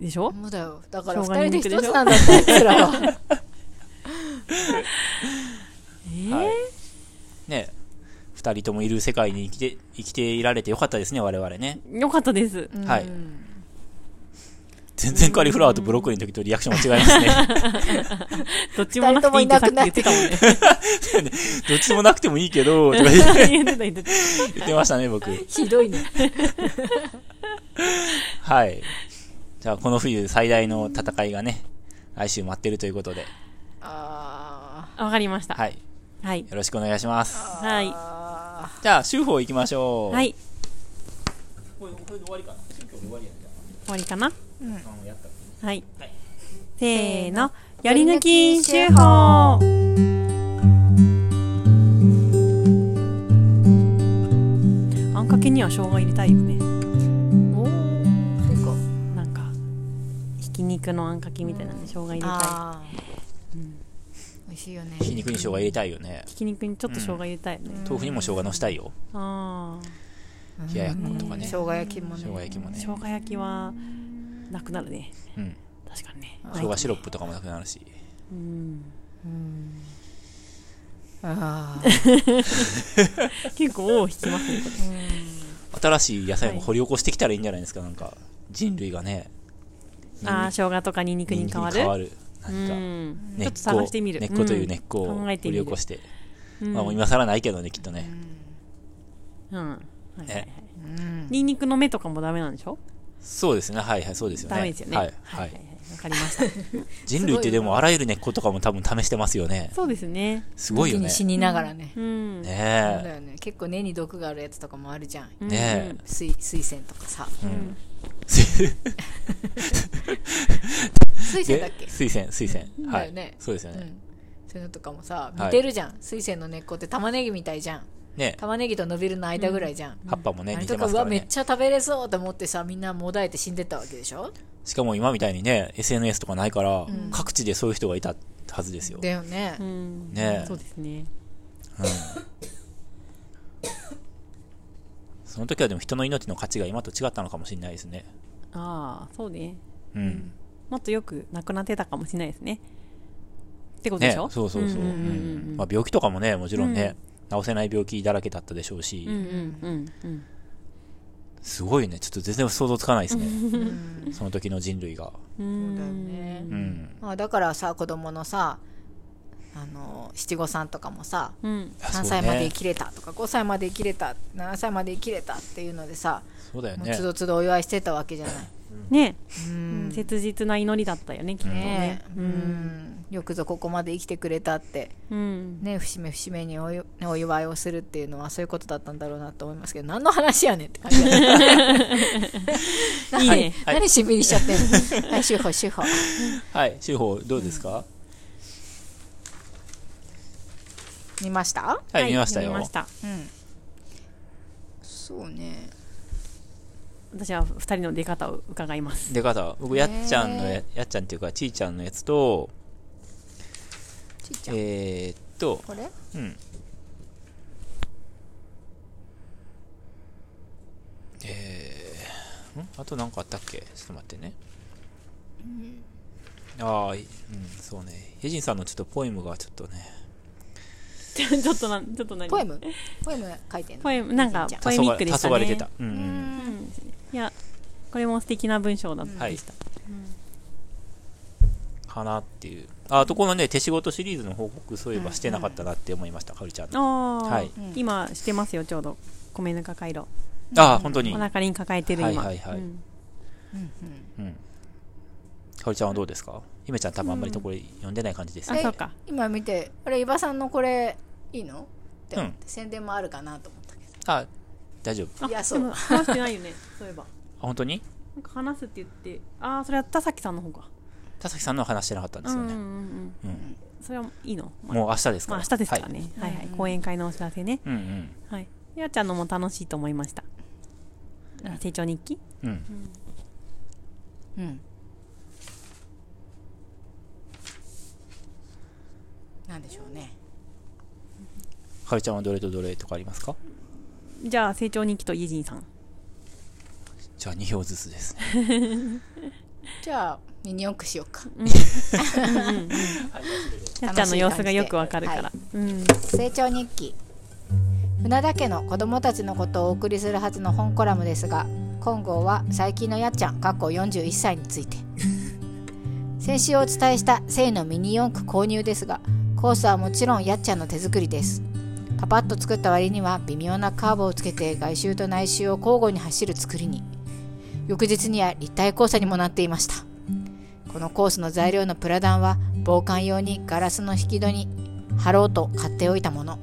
A: でしょ
B: そうだよだから
A: しょうが
B: 二人で
A: に
B: 一つなんだってやつら
A: *laughs*
B: は
A: えー
C: はいね二人ともいる世界に生きて生きていられてよかったですね我々ね
A: よかったです。
C: はい
B: うん
C: 全然カリフラワーとブロッコリーの時とリアクションも違いま
A: *laughs*
C: すね
A: どっちもなくていいってさっき言ってたもんね。
C: どっちもなくてもいいけどとか言って
A: *laughs* 言ってた言ってた。
C: 言ってましたね
A: *laughs*
C: 僕
B: ひどいね
C: はいじゃあこの冬最大の戦いがね来週待ってるということで
B: あ
A: わかりました。は。
C: はいい
A: はい。
C: よろしくお願いします
A: はい。
B: あ
C: じゃあ週報行きましょう
A: はい。
C: これこれで終わりかな宗教で終わりやね
A: 終わりかな
C: じゃあやった
A: はい
C: はい。
A: せーの。やり抜き手法あんかけには生姜入れたいよね。
B: ーおーそうか
A: なんか、ひき肉のあんかけみたいなんで生姜入れたい。
B: ああ美味しいよね
C: ひき肉に生姜入れたいよね
A: ひき肉にちょっと生姜入れたいよね。
C: 豆腐にも生姜のしたいよ
A: ああ。
C: 冷ややっことか
B: 生
C: ね生
B: 姜焼きもね
C: 姜焼きもね
A: 生姜焼きは、なくなるね。
C: うん
A: 確かにね。
C: 生姜シロップとかもなくなるし
A: うん。
B: あー
A: 結構、引きますね。
C: 新しい野菜も掘り起こしてきたらいいんじゃないですかなんか人類がね
A: ああ、生姜とかニンニク
C: 人
A: に
C: 間
A: 変わ
C: に
A: る
C: 変わる
A: う
C: 何か
A: ん。ち
C: 根
A: ょっ
C: っこと
A: 探してみる。
C: 根っこという根っこ
A: うん
C: を
A: 考え
C: 掘
A: て
C: り
A: みる
C: 起こして
A: うん
C: まあもう今更ないけどねきっとね
A: うん。はいはいはい
C: ね
B: うん
A: ニンニクの芽とかもダメなんでしょ
C: そうですねはいはいそうですよね
A: ダメですよね。
C: はいは
A: はいはいいわかりま
C: *laughs*
A: した。
C: 人類ってでもあらゆる根っことかも多分試してますよね
A: そうですね。
C: すごいよ
B: 時
C: ね
B: に死にながらね
A: うん。
C: ね
B: そうだ
C: え
B: よね結構根に毒があるやつとかもあるじゃん
A: うん
C: ね
B: 水水仙とかさ
C: えうんん
B: 水仙だっけ
C: で水仙水仙は
B: だよ
C: い
B: ね
C: そうですよ
B: う
C: ね
B: んそういうのとかもさ
C: はい
B: 似てるじゃん水仙の根っこって玉ねぎみたいじゃん
C: ね
B: 玉ねぎと伸びるの間ぐらいじゃん
C: 葉っぱもね
B: あれ
C: 似
B: と
C: て
B: か
C: ま
B: う
C: すか
B: わ
C: ら
B: めっ
C: ね
B: ちゃ食べれそうと思ってさみんなもだえて死んでったわけでしょ
C: しかも今みたいにね SNS とかないから各地でそういう人がいたはずですよ
B: だよね
A: うん。
C: ねえ
A: そうですね。
C: その時はでも人の命の価値が今と違ったのかもしれないですね
A: ああ、そうね。
C: うん
A: もっとよくなくなってたかもしれないですね。ってことで
C: ね
A: しょ
C: そうそうそう
A: うんうん
C: うんまあ病気とかもねもちろんね治せない病気だらけだったでしょうし
A: うんうんうん
C: すごいねちょっと全然想像つかないですねその時の人類が
A: うん。
B: そうだよね
C: うん
B: まあだからさ子供のさあの七五三とかもさ
A: うん。
C: あそう
B: 3
C: ね
B: 歳まで生きれたとか5歳まで生きれた7歳まで生きれたっていうのでさ
C: そうだよ
B: もう
C: ね
B: つどつどお祝いしてたわけじゃない
A: ね
B: うんね
A: 切実な祈りだったよね、きっとね。
B: えうんよくぞここまで生きてくれたって
A: うん。
B: ね節目節目におゆお祝いをするっていうのはそういうことだったんだろうなと思いますけど何の話やねんって
A: *laughs*
B: 感じ
A: いいね
B: 何何しんびりしちゃってんのはい手法手法
C: はい修法どうですか
B: 見ました
C: はい見ました
A: 見ま
C: よ
A: した。
B: うんそうね
A: 私は二人の出方を伺います。
C: *laughs* 出方僕やっちゃんのややっちゃんっていうかちいちゃんのやつと
B: ちいちゃん
C: えーっと
B: これ
C: うんえー、んあと何かあったっけちょっと待ってね、ああいうんそうねヘジンさんのちょっとポエムがちょっとね
A: ちょっとな、ちょっと何
B: ポエムポエム書いてんの
A: ポエムなんか
B: ちいちゃん
A: ポエミックでしたね
C: 黄昏れてたうん、うん、
A: いや、これも素敵な文章だっ
C: は
A: た
C: い
A: でした。
C: かなっていうああとこのね手仕事シリーズの報告そういえばしてなかったなって思いましたかおりちゃんの
A: ああ、
C: はい
A: 今してますよちょうど米ぬか回路
C: ああ本当に
A: お
C: か
A: 腹に抱えてる今、
C: はいはいはい
A: うん
C: おりちゃんはどうですかゆめちゃん多分あんまりとこれ読んでない感じです
A: あ
C: ね
B: え
A: そうか
B: 今見てあれ伊庭さんのこれいいのって思って、
C: う
B: 宣伝もあるかなと思ったけど
C: あ大丈夫
A: あ
B: いやそう
A: でも話してないよね *laughs* そういえば
C: あ本当に
A: なんか話すって言ってああそれは田崎さんの方か
C: 田崎さんのは話してなかったんですよ
A: うんうん
C: ね、
A: うんうんそれはいいのまあ
C: もう明日です
A: ま
C: か
A: あ
C: ら、
A: 明日ですから
C: はい
A: ね、はい、はい講演会のお知らせね、
C: うん
A: はいやちゃんのも楽しいと思いましたあ成長日記
C: うんうん
B: うんなんでしょうね
C: かりちゃんはどれとどれとかありますか
A: じゃあ成長日記とイエジンさん
C: じゃあ2票ずつですね
B: じゃあミニ四駆しようか
A: やっちゃんの様子がよくわかるから、
B: は
A: うん
B: 成長日記船田家の子供たちのことをお送りするはずの本コラムですが今号は最近のやっちゃんかっこ41歳について *laughs* 先週お伝えした生のミニ四駆購入ですがコースはもちろんやっちゃんの手作りですパパッと作った割には微妙なカーブをつけて外周と内周を交互に走る作りに翌日には立体交差にもなっていましたこのコースの材料のプラダンは防寒用にガラスの引き戸に貼ろうと買っておいたもの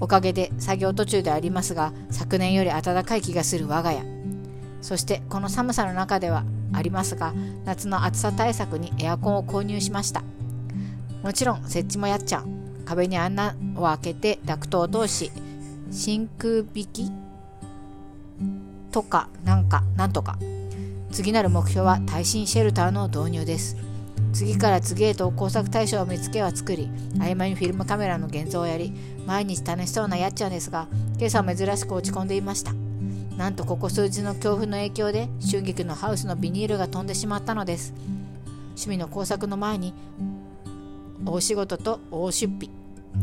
B: おかげで作業途中でありますが昨年より暖かい気がする我が家そしてこの寒さの中ではありますが夏の暑さ対策にエアコンを購入しましたもちろん設置もやっちゃう壁に穴を開けてダクトを通し真空引きとかなんかなんとか次なる目標は耐震シェルターの導入です次から次へと工作対象を見つけは作り合間にフィルムカメラの現像をやり毎日楽しそうなやっちゃんですが今朝は珍しく落ち込んでいましたなんとここ数日の強風の影響で春菊のハウスのビニールが飛んでしまったのです趣味の工作の前に大仕事と大出費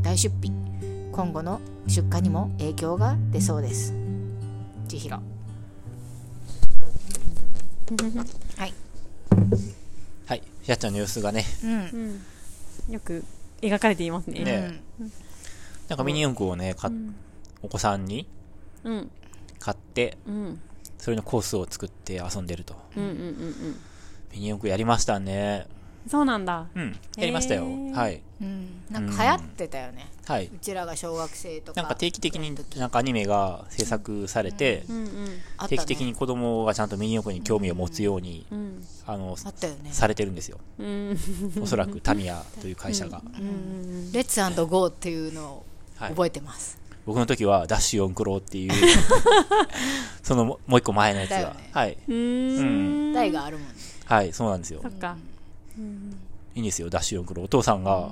B: 大出費今後の出荷にも影響が出そうです千尋はい
C: はい。やっちゃんの様子がね、
B: うん
A: よく描かれていますね
C: ねなんかミニ四駆をね、かお子さんに
A: うん
C: 買って、
A: うん
C: それのコースを作って遊んでると。
A: うんうんうんうん
C: ミニ四駆やりましたね。
A: そうなんだ
C: うん。やりましたよ。
A: へー
C: はい。
B: うん、なんか流行ってたよね、
C: はい。
B: うちらが小学生とか
C: なんか定期的になんかアニメが制作されて、
A: うんうん
B: あったね
C: 定期的に子供がちゃんとミニ四駆に興味を持つように、
A: うん
C: あの、
B: あったよね
C: されてるんですよ。
A: うん
C: おそらくタミヤという会社が。
A: うん
B: レッツゴーっていうのを
C: はい
B: 覚えてます、
C: 僕の時はダッシュ四クロって
B: *laughs*
C: いう、そのももう一個前のやつ
B: だよ
C: が
B: ね。
C: はい。
A: うん
B: 台があるもんね
C: はい、そうなんですよ
A: そ。っかうん
C: いいんですよ、ダッシュ四クロ。お父さんが、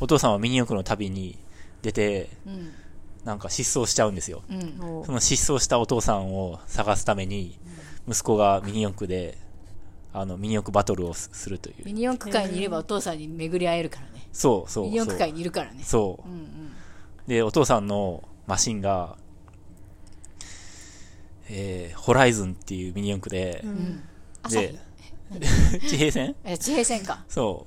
C: お父さんはミニ四駆の旅に出て、
B: うん
C: なんか失踪しちゃうんですよ。
B: うん
A: お
C: その失踪したお父さんを探すために、息子がミニ四駆で、あの、ミニ四駆バトルをすするとい
B: ミ
C: う。
B: ニ四駆界にいればお父さんに巡り会えるからね
C: そうそうそう。
B: ミニ四駆界にいるからね
C: そう
B: う。ん
C: で、お父さんのマシンが、えー、ホライズンっていうミニ四駆で、
B: うんうん朝
C: で
B: 日、
C: *laughs* 地平線
B: え地平線か
C: そ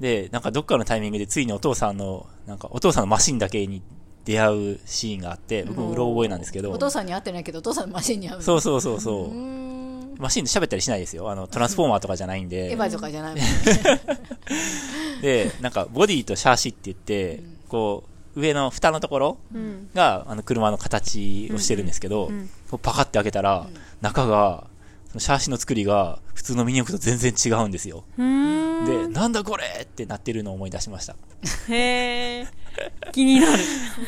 C: う、で、なんかどっかのタイミングでついにお父さんの、なんかお父さんのマシンだけに出会うシーンがあって、僕もうろ覚えなんですけど、
B: お父さんに会ってないけどお父さんのマシンに会う
C: そううそうそうそうう。
B: ーん
C: マシンで喋ったりしないですよ。あの、トランスフォーマーとかじゃないんで
B: エ。ヴァとかじゃないもんね
C: で、なんか、ボディとシャーシって言って、こう、上の蓋のところ
A: うん
C: が、あの、車の形をしてるんですけど、
A: うん
C: こうパカって開けたら、中が、そのシャーシの作りが、普通のミニ四駆と全然違うんですよ。
A: うん
C: で、なんだこれってなってるのを思い出しました。
A: へえ気になる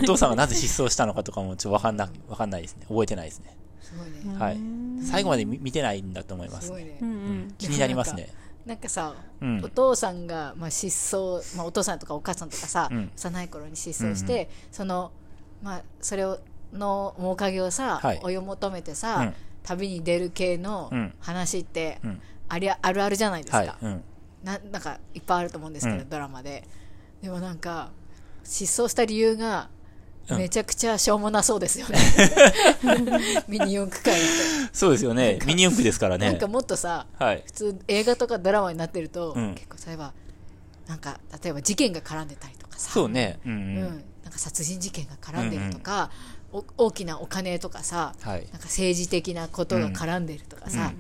C: お父さんがなぜ失踪したのかとかも、ちょっとわかんな、わかんないですね。覚えてないですね。
B: すごいね
C: はい。最後まで見見てないんだと思いますす
B: ごい
C: ね。
B: ね
A: うんうん
C: 気になりますね。
B: なんかさ、
C: うん
B: お父さんが、まあ、失踪、まあ、お父さんとかお母さんとかさ、
C: うん
B: 幼い頃に失踪して、その、まあ、それをの面影をさ、
C: はい
B: 追い求めてさ、
C: うん
B: 旅に出る系の
C: うん
B: 話って、
C: うん
B: ありゃあるあるじゃないですか、
C: はい。うん。
B: ななんかいっぱいあると思うんですけど、
C: うん
B: ドラマででもなんか失踪した理由が
C: うん
B: めちゃくちゃしょうもなそうです
C: *laughs*
B: よね、ミニ四駆界って、
C: そうですよね。ミニ四駆ですから
B: なん
C: ね
B: か。もっとさ
C: はい
B: 普。通映画とかドラマになってると、
C: うん
B: 結構例えばなんか例えば事件が絡んでたりとかさ
C: そうね。うん
B: う
C: うんん。
B: なんか殺人事件が絡んでるとか、お大きなお金とかさ
C: はい。
B: なんか政治的なことが絡んでるとかさ、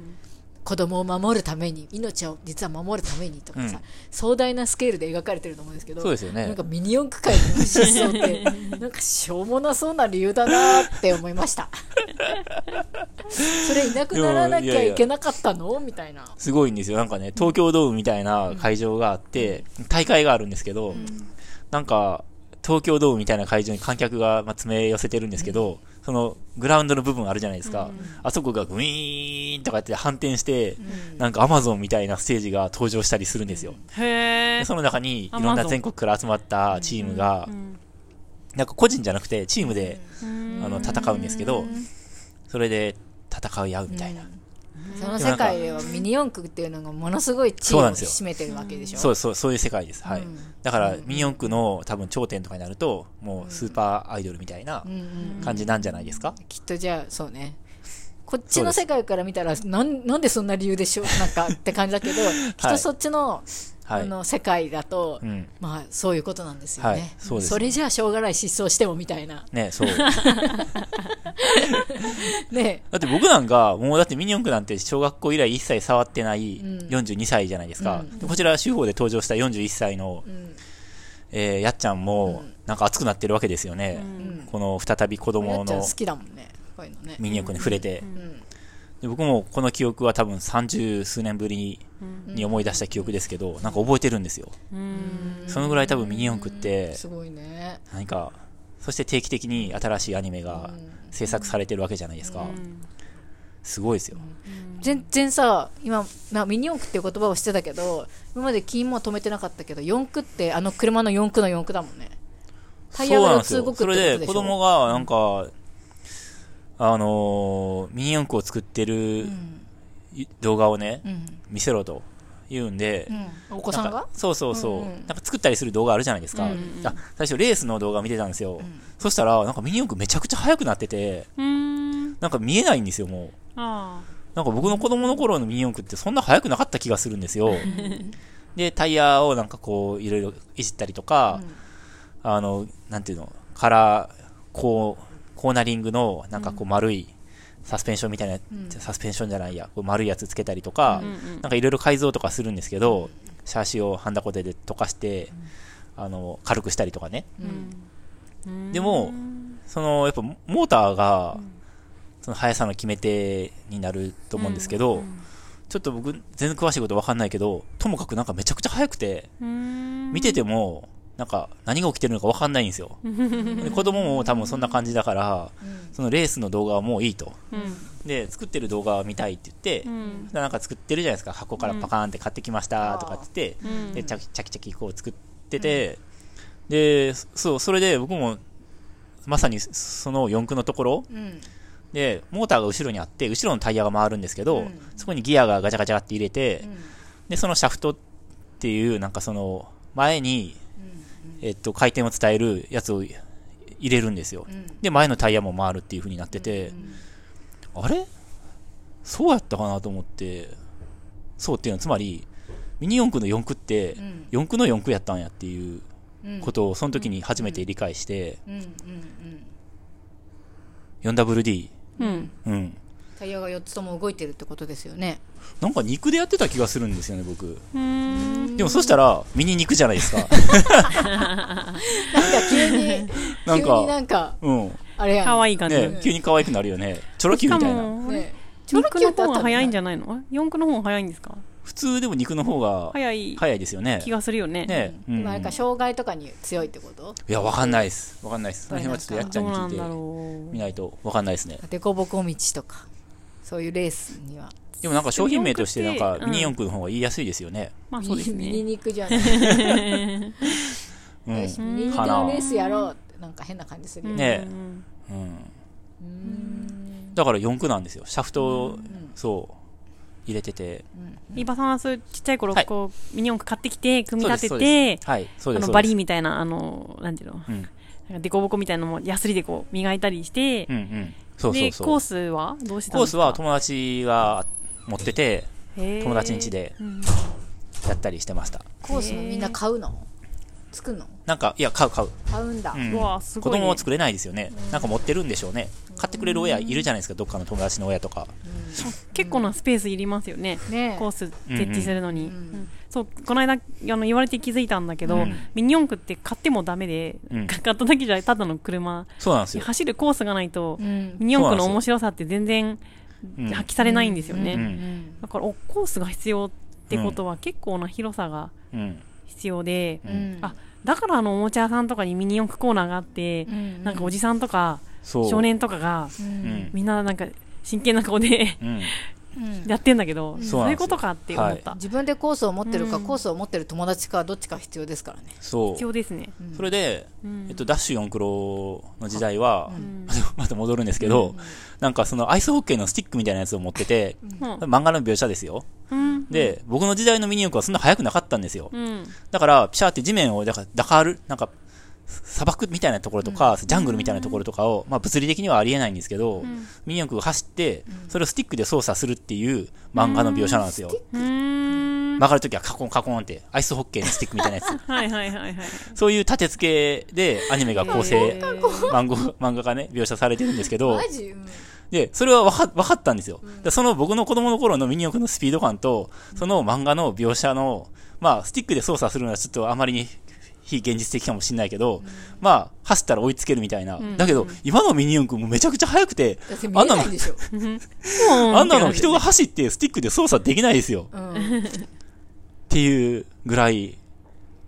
B: 子供を守るために命を実は守るためにとかさ、
C: うん
B: 壮大なスケールで描かれてると思うんですけど
C: そうですよね
B: なんかミニ四駆界の失踪
C: *laughs*
B: ってなんかしょうもなそうな理由だなって思いました
C: *laughs*
B: それいなくならなきゃいけなかったのみたいな。
C: すごいんですよ。なんかね、東京ドームみたいな会場があって、大会があるんですけど、なんか、東京ドームみたいな会場に観客がまあ詰め寄せてるんですけど、そのグラウンドの部分あるじゃないですか。あそこがグイーンとかやって反転して、なんかアマゾンみたいなステージが登場したりするんですよ。
A: へ
C: で
A: え
C: その中にいろん
A: Amazon
C: な全国から集まったチームが、なんか個人じゃなくてチームで、あの戦うんですけど、それで戦い合うみたいな。
B: その世界ではミニ四駆っていうのがものすごい地位を
C: そうなんですよ
B: 占めてるわけでしょ
C: そうそうそういう世界です、はい
B: うん
C: だからミニ四駆の多分頂点とかになるともうスーパーアイドルみたいな
B: うんうん
C: 感じなんじゃないですか、
B: きっとじゃあそうねこっちの世界から見たらなんなんでそんな理由でしょうなんかって感じだけ
C: *laughs*
B: ど、きっとそっちの,、
C: はい
B: あの世界だと、
C: うん
B: まあそういうことなんですよね,、
C: はいそうです
B: れじゃあしょうがない失踪してもみたいな
C: ねそう *laughs*
B: ね
C: だって僕なんかもうだってミニ四駆なんて小学校以来一切触ってない42歳じゃないですか、でこちら主婦で登場した41歳の、
B: ん
C: えーやっちゃんもなんか熱くなってるわけですよね、この再び子
B: や
C: 供
B: っちゃん
C: の
B: 好きだもんねこういうのね
C: ミニ四駆に触れて、
B: ん
C: で僕もこの記憶は多分30数年ぶりに,、思い出した記憶ですけどなんか覚えてるんですよ、そのぐらい多分ミニ四駆って
B: すごいね
C: 何かそして定期的に新しいアニメが制作されてるわけじゃないですか、すごいですよ、
B: 全然さ今なミニ四駆っていう言葉をしてたけど今まで金も止めてなかったけど四駆ってあの車の四駆の四駆だもんねタイヤが通告ってこと
C: それ
B: でしょ
C: で子供がなんか、あのーミニ四駆を作ってる動画をね、
B: うん
C: 見せろと言うんで、
B: うんお子さん
C: なん
B: が
C: かそうそうそう、
B: うんうん
C: なんか作ったりする動画あるじゃないですか、あ最初レースの動画見てたんですよ、そしたらなんかミニ四駆めちゃくちゃ速くなってて
A: うーん。
C: なんか見えないんですよもう
A: あ
C: なんか僕の子供の頃のミニ四駆ってそんな速くなかった気がするんですよ。で、タイヤをなんかこう、いろいろいじったりとか、あの、なんていうの、カラー、こう、コーナリングのなんかこう丸い、サスペンションみたいな、サスペンションじゃないや、こう丸いやつつけたりとか、なんかいろいろ改造とかするんですけど、シャーシをハンダコテで溶かして、あの、軽くしたりとかね。でも、その、やっぱモーターが、その速さの決め手になると思うんですけど、ちょっと僕、全然詳しいことわかんないけど、ともかくなんかめちゃくちゃ速くて、
A: ーうーん。
C: 見てても、なんか何が起きてるのかわかんないんですよ。で子供も多分そんな感じだから、そのレースの動画はもういいと。で、作ってる動画を見たいって言って、
A: うん。
C: なんか作ってるじゃないですか箱からパカーンって買ってきましたとかって言って、
A: うん
C: でチャキチャキチャキこう作ってて、でそそうそれで僕もまさにその四駆のところ
B: うん
C: でモーターが後ろにあって後ろのタイヤが回るんですけど、
B: うん
C: そこにギアがガチャガチャって入れて、
B: ん
C: でそのシャフトっていうなんかその前に、えっと、回転を伝えるやつを入れるんですよ、
B: ん
C: で前のタイヤも回るっていう風になってて、あれそうやったかなと思ってそうっていうのはつまりミニ四駆の四駆って
B: ん
C: 四駆の四駆やったんやっていう
B: うん
C: ことをその時に初めて理解して
B: うんうんうん、
C: 4WD
A: うん。
C: うん
B: タイヤが4つとも動いてるってことですよね
C: なんか肉でやってた気がするんですよね僕
A: うーん。
C: でもそしたらミニ肉じゃないで
A: *laughs*
C: す
B: な
C: か
B: んか急に
C: *laughs* なん
B: 急に
C: か
B: なんか
C: うん
B: あれやん
A: 可愛い感じ。
C: ね急に可愛くなるよねチョロキ
A: し
C: ュー
A: か
C: みたいな
A: も、
B: ね
A: チョロキューの方が早いんじ
B: ゃ
A: ゃないの四駆の方が早いんですか
C: 普通でも肉の方が
A: 早い
C: 早いですよね
A: 気がするよね。
C: ねうん
B: なんか障害とかに強いってこと
C: いやわかんないですわかんないですその辺はちょっとやっちゃ
A: ど
C: ん
A: う
C: に
A: なんだ
C: 聞いて
A: ろ
C: みないとわかんないですね
B: 凸凹道とかそういうレースには
C: でもなんか商品名としてなん
A: 四駆っ
C: か
A: て
C: ミニ四駆の方が言いやすいですよね。
A: う。まあそうです
B: ミニ
A: ね。
B: 肉じゃない
C: うん。
B: ミニ肉
C: かな
B: のレースやろうってなんか変な感じするよね
C: ね
A: うん
C: うん。だから四駆なんですよ。シャフトを、そう、入れてて。
A: 伊庭さんはそういうちっちゃい頃
C: はい
A: こうミニ四駆買ってきて組み立
C: そう
A: て
C: で
A: て
C: すそうですはい、そう
A: あ
C: で
A: の
C: す。そうです
A: バリーみたいなあのなんていうの
C: う
A: な
C: ん。
A: んかデコボコみたいなのもヤスリでこう磨いたりして、
C: うんうん。そうそう
A: で
C: そう。
A: コースはどうしてたん
C: コー
A: です
C: ス
A: か
C: は友達が持ってて、友達ん家で
A: うん
C: やったりしてました。
B: コースもみんな買うの作るの
C: なんか、いや、買う買う。
B: 買うんだ、
C: うん
A: うわすご
C: 子
A: いね
C: 供は作れないですよね。なんか持ってるんでしょうね。買ってくれる親いるじゃないですか、どっかの友達の親とか。
A: 結構なスペースいりますよね
B: ねえ
A: コース設置するのに、
B: ん
A: うんそうこの間あの言われて気づいたんだけど、
C: うん
A: ミニ四駆って買ってもダメで、
C: うん
A: 買っただけじゃただの車
C: そうなんですよ。
A: 走るコースがないと、
B: うん
A: ミニ四駆の面白さって全然
C: うん
A: 発揮されないんですよね、
C: う。
B: うんん
A: だからおコースが必要ってことは結構な広さが
C: うん。
A: 必要で、
B: うん
A: あだからあのおもちゃ屋さんとかにミニ四駆コーナーがあって、
B: ん
A: なんかおじさんとか
C: そう。
A: 少年とかが
B: う
C: うんん。
A: みんななんか真剣な顔で *laughs*
C: うん。
B: うん
A: やってんだけど、
C: そう
A: そう
C: なん
A: い
C: で
A: う
C: すよ
A: ことかって思った。
B: 自分でコースを持ってるか、
A: うん
B: コースを持ってる友達かどっちか必要ですからね、
C: そ
A: 必要ですね。
B: うん
C: う。それで、
A: うん
C: えっと、ダッシュ四クロの時代は
B: う、
A: ん
C: *laughs* また戻るんですけど、なんかそのアイスホッケーのスティックみたいなやつを持ってて、
A: うん
C: 漫画の描写ですよ。
A: うん。
C: で、僕の時代のミニ四駆はそんな速くなかったんですよ。
A: うん。
C: だから、ピシャーって地面を、だから、ダカール、なんか、砂漠みたいなところとか、ジャングルみたいなところとかを、まあ物理的にはありえないんですけど、
A: ん
C: ミニ四駆が走って、それをスティックで操作するっていう漫画の描写なんですよ。
A: うーん。
C: 曲がるときはカコンカコンって、アイスホッケーのスティックみたいなやつ。
A: はいはいはいはい。
C: そういう立て付けでアニメが構成
A: え、
C: 漫画、漫画がね、描写されてるんですけど、
B: マジ、うん
C: で、それは分か分かったんですよ。だからその僕の子供の頃のミニオクのスピード感と、その漫画の描写の、まあ、スティックで操作するのはちょっとあまりに非現実的かもしれないけど、まあ、走ったら追いつけるみたいな。
A: ん
C: だけど、今のミニオン君もめちゃくちゃ速くて
B: だって、見
C: あ
B: え
C: んな
B: な
C: の
B: いん、でしょ、
C: *laughs* あんなの人が走ってスティックで操作できないですよ。
B: うん
C: っていうぐらい、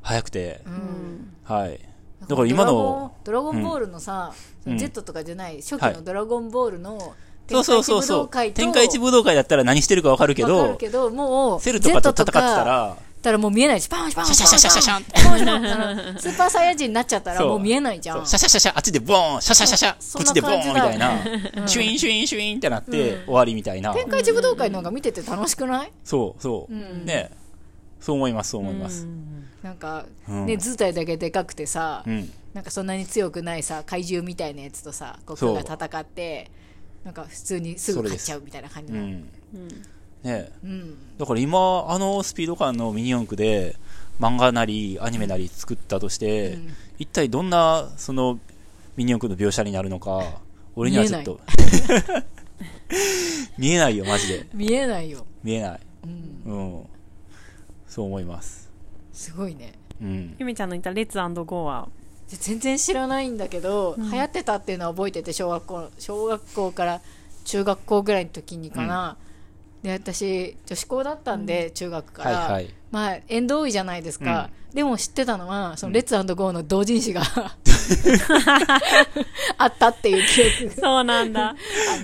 C: 速くて、
A: *laughs*
B: うん
C: はい。だから今の、
B: ドラゴンドラゴンボールのさ、
C: うん
B: ジェットとかじゃない初期
C: は
B: の
C: い
B: ドラゴンボールの
C: そうそうそうそう。
B: 天
C: 天
B: 下
C: 下
B: 一
C: 一
B: 武
C: 武道会だったら何してるか分かるけ
B: 道会とわかる
C: ど、
B: けどもう
C: セルとかと戦
B: ジェット
C: ってた、
B: とからたらもう見えないしパンパンパンパン
C: シャシャシャシャシャン
B: パンパンパンスーパーサイヤ人になっちゃったら
C: そう
B: もう見えないじゃ
C: そ
B: ん
C: うシャシャシャシャあっちでボーンシャシャシャシャ
B: そ
C: こっちでボーン
B: そん
C: み
B: な
C: た
B: 感
C: い
B: じだよね
C: なシュインシュインシュインってなって
B: うん
C: 終わりみたいな
B: 天下一武道会の方が見てて楽しくない
C: そうそう
B: うん
C: ねそう思いますそう思います
B: なんか
C: うん
B: ね図体だけでかくてさ
C: うん
B: なんかそんなに強くないさ怪獣みたいなやつとさ悟空が戦ってなんか普通にすぐ勝っちゃうみたいな感じ
C: う
B: の
C: んね
B: うん
C: だから今あのスピード感のミニ四駆で漫画なりアニメなり作ったとして、
B: うん
C: 一体どんなそのミニ四駆の描写になるのか俺にはちょっと *laughs* 見えないよマジで
B: 見えないよ
C: 見えない
B: うん
C: うんそう思います
B: すごいね
C: うん
A: ゆめちゃんの言ったレッツゴーは、
B: 全然知らないんだけど、流行ってたっていうのは覚えてて小学校小学校から中学校ぐらいの時にかな、で私女子校だったんで、中学から、
C: はいはい
B: まあ縁遠いじゃないですか、でも知ってたのはそのレッツゴーの同人誌が *laughs* あったっていう記憶
A: そうなんだ。
B: あの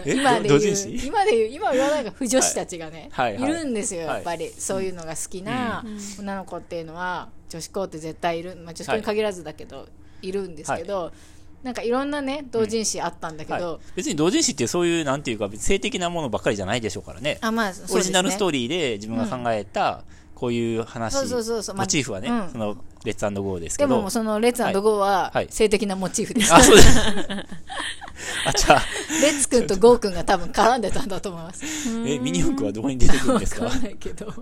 C: え
B: 今で
C: ど同
B: 言
C: 人
B: う
C: 誌
B: 今で言う今は言わないが不女子たちがね、
C: はい
B: い
C: はいはい
B: るんですよ
C: はい
B: やっぱり、そういうのが好きな
A: うん
B: 女の子っていうのは女子校って絶対いる、まあ、女子校に限らずだけど、い、るんですけど、なんかいろんなね同人誌あったんだけど、
C: はい、別に同人誌ってそういうなんていうか性的なものばっかりじゃないでしょうからね
B: あまあそうですね
C: オリジナルストーリーで自分が考えたこういう話、
B: そうそうそうそうまあ
C: モチーフはね、
B: うん
C: そのレッツゴーですけ
B: で
C: ど
B: ももうそのレッツゴーは
C: はい
B: 性的なモチーフです、 *laughs*
C: あそうですあじゃあ
B: レッツ君とゴー君が多分絡んでたんだと思います
C: えミニ四駆はどこに出てくるん *laughs* ですか
B: わかんないけど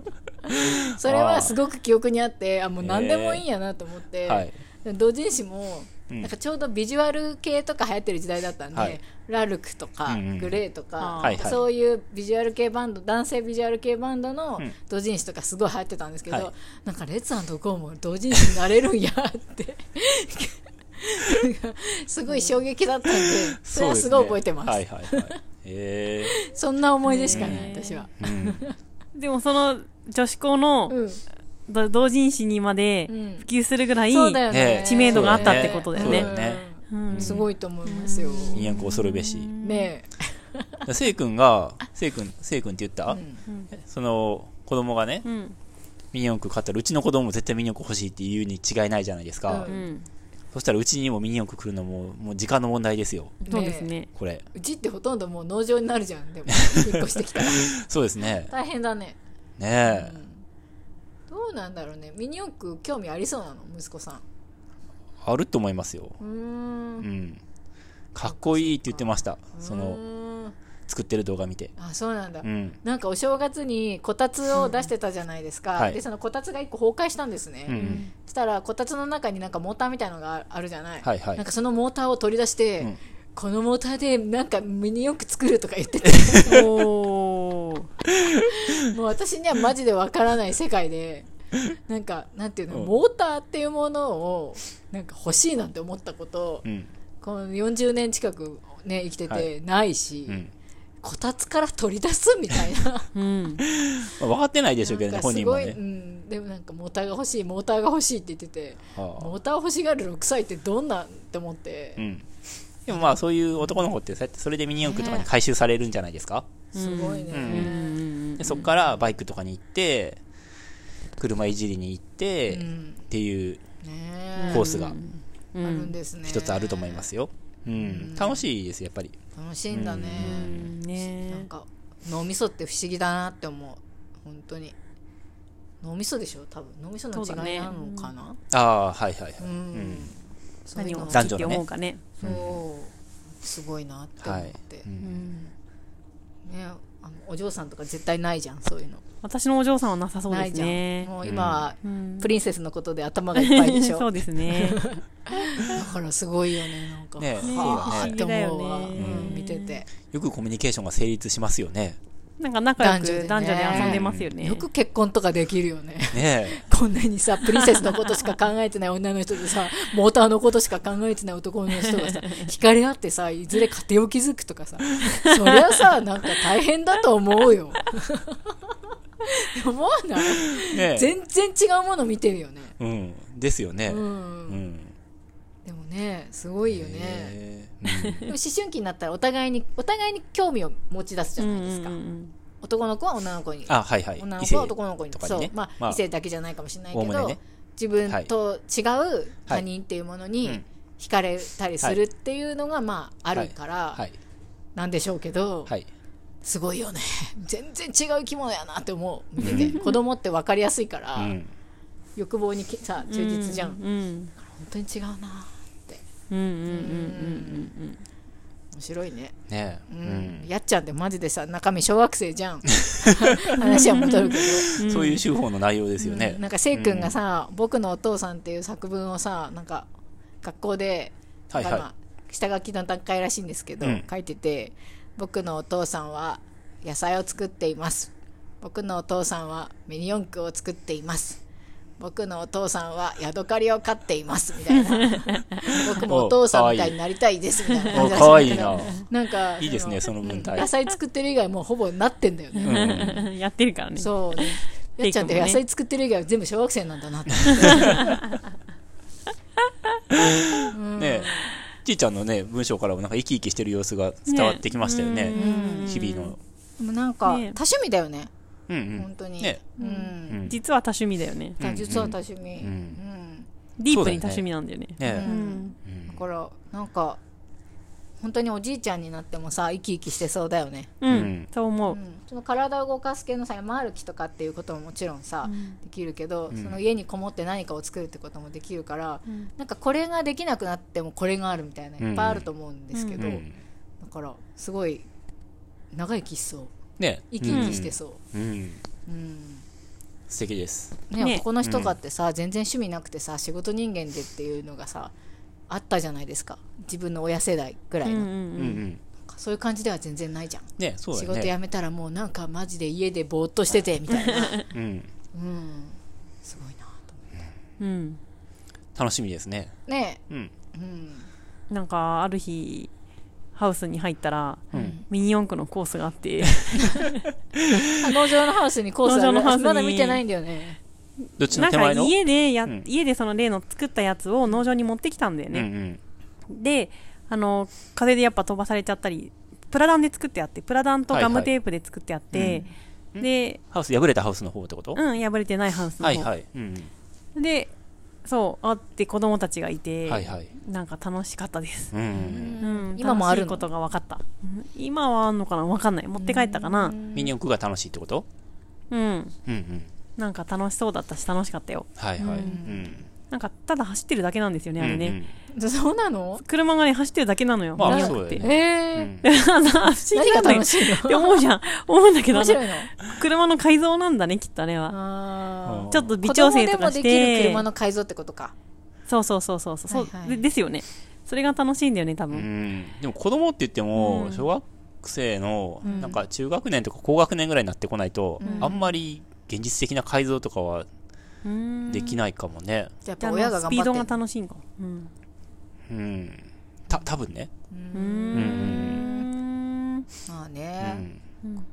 B: それはすごく記憶にあってあもう何でもいいんやなと思って、
C: はい
B: 同人誌も
C: うん
B: なんかちょうどビジュアル系とか流行ってる時代だったんで、
C: はい
B: ラルクとか
C: うんうん
B: グレーと
A: あ
B: か、
A: ー
C: はいはい
B: そういうビジュアル系バンド男性ビジュアル系バンドの
C: うん
B: 同人誌とかすごい流行ってたんですけど、
C: はい
B: なんかレッツゴーも同人誌になれるんやってすごい衝撃だったん
C: *laughs*
B: でそれはすごい覚えてますそ
C: そうですねはいはいはいえ
B: んな思い出しかない
A: へー
B: 私は、
C: ーうん、
A: でもその女子校の
B: うん
A: ど同人誌にまで
B: うん
A: 普及するぐらい、
B: そうだよね
C: ね
A: 知名度があったってことだよね
C: そうだよね
A: うん
B: うんすごいと思いますよ、
C: ミニ四駆恐るべし
B: ね
C: せい君がせい君せい君って言った、
B: え、うん
C: その子供がね
A: うん。
C: ミニ四駆買ったらうちの子供も絶対ミニ四駆欲しいって言うに違いないじゃないですか、
B: う
A: うん。
C: そしたらうちにもミニ四駆来るのも、もう時間の問題ですよ。
A: そうですね。
C: これ。
B: うちってほとんどもう農場になるじゃんでも引っ越してきたら
C: そうですね。
B: *laughs* 大変だね、
C: ね
B: う
C: え。
B: んどうなんだろうねミニ四駆興味ありそうなの息子さ
C: あると思いますよ。
B: んうー
C: うんん。かっこいいって言ってました。その、
B: の
C: 作ってる動画見て。
B: あそうなんだ、
C: うん。
B: なんかお正月にこたつを出してたじゃないですか、
C: うんはい
B: でそのこたつが一個崩壊したんです
C: うんう
B: ね、
C: ん。
B: そしたらこたつの中になんかモーターみたいのがあるじゃない、
C: はいはい
B: なんかそのモーターを取り出して、
C: うん
B: このモーターでなんかミニ四駆作るとか言ってて
A: おー。
B: もう私にはマジでわからない世界でなんかなんていうの、
C: うん
B: モーターっていうものをなんか欲しいなんて思ったこと、
C: うん。
B: この40年近くね生きて
C: は
B: て
C: い
B: ないし、
C: うん。
B: こたつから取り出すみたい
C: *laughs*
B: な
A: うん。
C: まあ分かってないでしょうけど
B: な
C: ね、
B: んか
C: 本
B: す
C: 人も
B: ごい、う
C: ね。
B: ん、でもなんかモーターが欲しいモーターが欲しいって言ってて
C: は
B: モーター欲しがる6歳ってどんなんって思って
C: あ。うん。でもまあ、そういう男の子って、そうやってそれでミニ四駆とかに回収されるんじゃないですか
B: すごいね、
C: う
A: うん
C: ん。でそこからバイクとかに行って車いじりに行って、
B: う
C: っ
B: ん
C: ていう
B: ね
C: コースが
A: う
B: えあるん
A: ん
B: ですね
C: 一つあると思いますよ、うん、楽しいですやっぱり
B: 楽しいんだね
A: うんね
B: なんか脳みそって不思議だなって思う本当に脳みそでしょ多分脳みその
A: そうだね
B: 違いなのかな
C: ああはいはいはい、
B: うん、そうい
A: 何
B: う
A: を
B: の
A: 好きって思うかね。
B: そうすごいなって
C: は
B: 思っ
C: い
B: て、
C: う
A: うんん
B: ねあのお嬢さんとか絶対ないじゃんそういうの
A: 私のお嬢さんはなさそう
B: な
A: で
B: い
A: す
B: じゃん、
A: ね。
B: もう今は
A: うん
B: プリンセスのことで頭がいっぱいで
A: *laughs*
B: しょ
A: そうですね。
B: だからすごいよねなんか
C: ねえ
B: はあ
C: ねえ
B: って思うわ、
A: 不思議だよね
B: うん見てて
C: よくコミュニケーションが成立しますよね
A: なんか仲良く
B: 男
A: 男
B: 女
A: 女で
B: でね
A: 遊んでますよね。
B: よく結婚とかできるよね
C: ね
B: こんなにさプリンセスのことしか考えてない女の人とさモーターのことしか考えてない男の
A: *laughs*
B: 人がさ惹かれ合ってさいずれ家庭を築くとかさそりゃさなんか大変だと思うよ *laughs* 思わない
C: えねえ
B: *laughs* 全然違うもの見てるよね、
C: うんですよね
B: う、
C: うんん
B: でもねすごいよね
C: へえう
B: で
C: ん
B: も思春期になったらお互いにお互いに興味を持ち出すじゃないですか、
A: うんうんうん
B: 男の子は女の子に
C: あはいはい
B: *laughs* 女の
C: 異
B: 子
C: 性
B: は男の子に
C: とかにね
B: そう、まあ
C: まあ
B: 異性だけじゃないかもしれないけ
C: おおむ
B: ど、
C: ねね
B: 自分と違う他人っていうもの
C: はいはい
B: に
C: うん
B: 惹かれたりするっていうのがまああるから
C: はい
B: なんでしょうけど、
C: はい
B: すごいよね全然違う生き物やなって思う見てて子供って分かりやすいから、
C: うん
B: 欲望にきさ忠実じゃん、
A: うんうん
B: 本当に違うなって
A: うんうんうんうんうん
B: 面白いね
C: ねえ
B: う、
C: うんん
B: やっちゃんってマジでさ中身小学生じゃん *laughs* 話は戻るけど
C: そういう手法の内容ですよね
B: なんかせい君がさ「僕のお父さん」っていう作文をさなんか学校で、
C: はい
B: なんかまあ
C: は
B: 下書きの段階らしいんですけど、
C: うん
B: 書いてて「僕のお父さんは野菜を作っています」「僕のお父さんはミニ四駆を作っています」「僕のお父さんはヤドカリを飼っています」みたい
C: *laughs*
B: な「僕もお父さんみたいになりたいです」みたいない感
C: お
B: じらし
C: かわ
B: いん
C: い
B: だ
C: い
B: けど
C: な
B: なんか
C: いいですねその文体
B: 野菜作ってる以外もうほぼなってんだよね、
C: うんうん
A: うんやってるからね。
B: そうねやっちゃんって野菜作ってる以外は全部小学生なんだなって
C: ねえちいちゃんのね文章からもなんか生き生きしてる様子が伝わってきましたよね
A: うん
C: 日々の
B: でもなんか多
A: ね
B: 趣味だよね
C: うんうん
B: 本当に、
C: ね
B: う
C: え
B: ん
C: うんね
A: 実は多趣味だよね。
B: だ実は多趣味、うん
C: うん
A: ディープに多趣味なんだよね。
B: う
C: え
B: ん
C: うん
B: だからなんか本当におじいちゃんになってもさ生き生きしてそうだよね、
A: うんん、
C: うん
A: そう思
B: う
A: う。
B: ん、その体を動かす系のさ山歩きとかっていうことももちろんさ、できるけど、その家にこもって何かを作るってこともできるから、
A: ん
B: なんかこれができなくなってもこれがあるみたいな
C: うん
B: いっぱいあると思うんですけど、
C: うん
B: だからすごい長生きしそう
C: ねえ
B: 生き生きしてそ
C: うんうん
B: う、うん
C: 素敵です
B: ね
A: ね
B: 男の人がってさ、全然趣味なくてさ仕事人間でっていうのがさあったじゃないですか自分の親世代ぐら
A: う
B: い
A: ん
B: の、
A: うん
B: なん
C: うん
A: うん。
C: うん
B: かそういう感じでは全然ないじゃん、
C: ねえそう
B: 仕
C: だよ
B: 事
C: ね
B: 辞めたらもうなんかマジで家でぼーっとしててみ
A: *laughs*
B: たいな
C: うん
B: うんすごいなと思
A: うん。
C: 楽しみですね
B: うね
C: うん
B: えうん
A: なんか、ある日、ハウスに入ったら、
C: うん
A: ミニ四駆のコースがあ
C: *laughs*
A: って、
B: あ農場のハウスにコースあ
A: 農場
B: る
A: のハウスに
B: まだ見てないんだよね
C: どっち
A: な
C: の
A: ん
C: 手前
A: か
C: の
A: 家でや、
C: うん
A: 家でその例の作ったやつを農場に持ってきたんだよ
C: うんう
A: ね。
C: ん
A: で、あの、風でやっぱ飛ばされちゃったり、プラダンで作ってあって、プラダンとガムテープで作ってあって、
C: はいはい
A: で、
C: ハウス破れたハウスの方ってこと
A: うん、破れてないハウスの
C: はい
A: 方、
C: はいうん
A: で、そう、あって子供たちがいて、
C: うんはいはい
A: なんか楽しかったです。
C: うんうん
A: うん、
B: 今もあるの
A: 楽しいことが分かったうん今はあんのかな分かんない持って帰ったかな
C: ミニ四駆が楽しいってこと
A: うん、
C: うんうん
A: なんか楽しそうだったし楽しかったよ
C: はいはいうん
A: なんかただ走ってるだけなんですよねあれね、
C: うんうん
B: そうなの
A: 車がね走ってるだけなのよ、
C: まあ
A: 見なく
C: そうだ
A: て
C: よ
B: え
A: *laughs*
C: ねう
B: え
C: ん
A: なんか不思議
B: 何
A: な
B: が
A: んだよ
B: 楽
A: っ
B: しい
A: て
B: の
A: 思うじゃん思うんだけど
B: 面白いの
A: 車の改造なんだねきっとあれは
B: あ
C: ー
A: ちょっと微調整と
B: 子供
A: か
B: で
A: し
B: もできる
A: て
B: 車の改造ってことか
A: そうそうそうそうそう、
B: はいはい
A: でですよねそれが楽しいんだよね多
C: う
A: 分、
C: んでも子供って言っても小学生の
B: うん
C: なんか中学年とか高学年ぐらいになってこないと
B: うん
C: あんまり現実的な改造とかは
A: うん、
C: でき
A: ない
C: ないかもね
B: じ
A: じゃ
B: ゃあやっぱ
A: あ
B: 親が
A: ス
B: 頑
A: ピー
B: 張
A: ド
B: って
A: が
B: んだ
A: 楽しいんかうん
C: うんた多分ね
A: う
B: う
A: んん
B: まあ
C: う
B: ね,、
C: ん
B: ね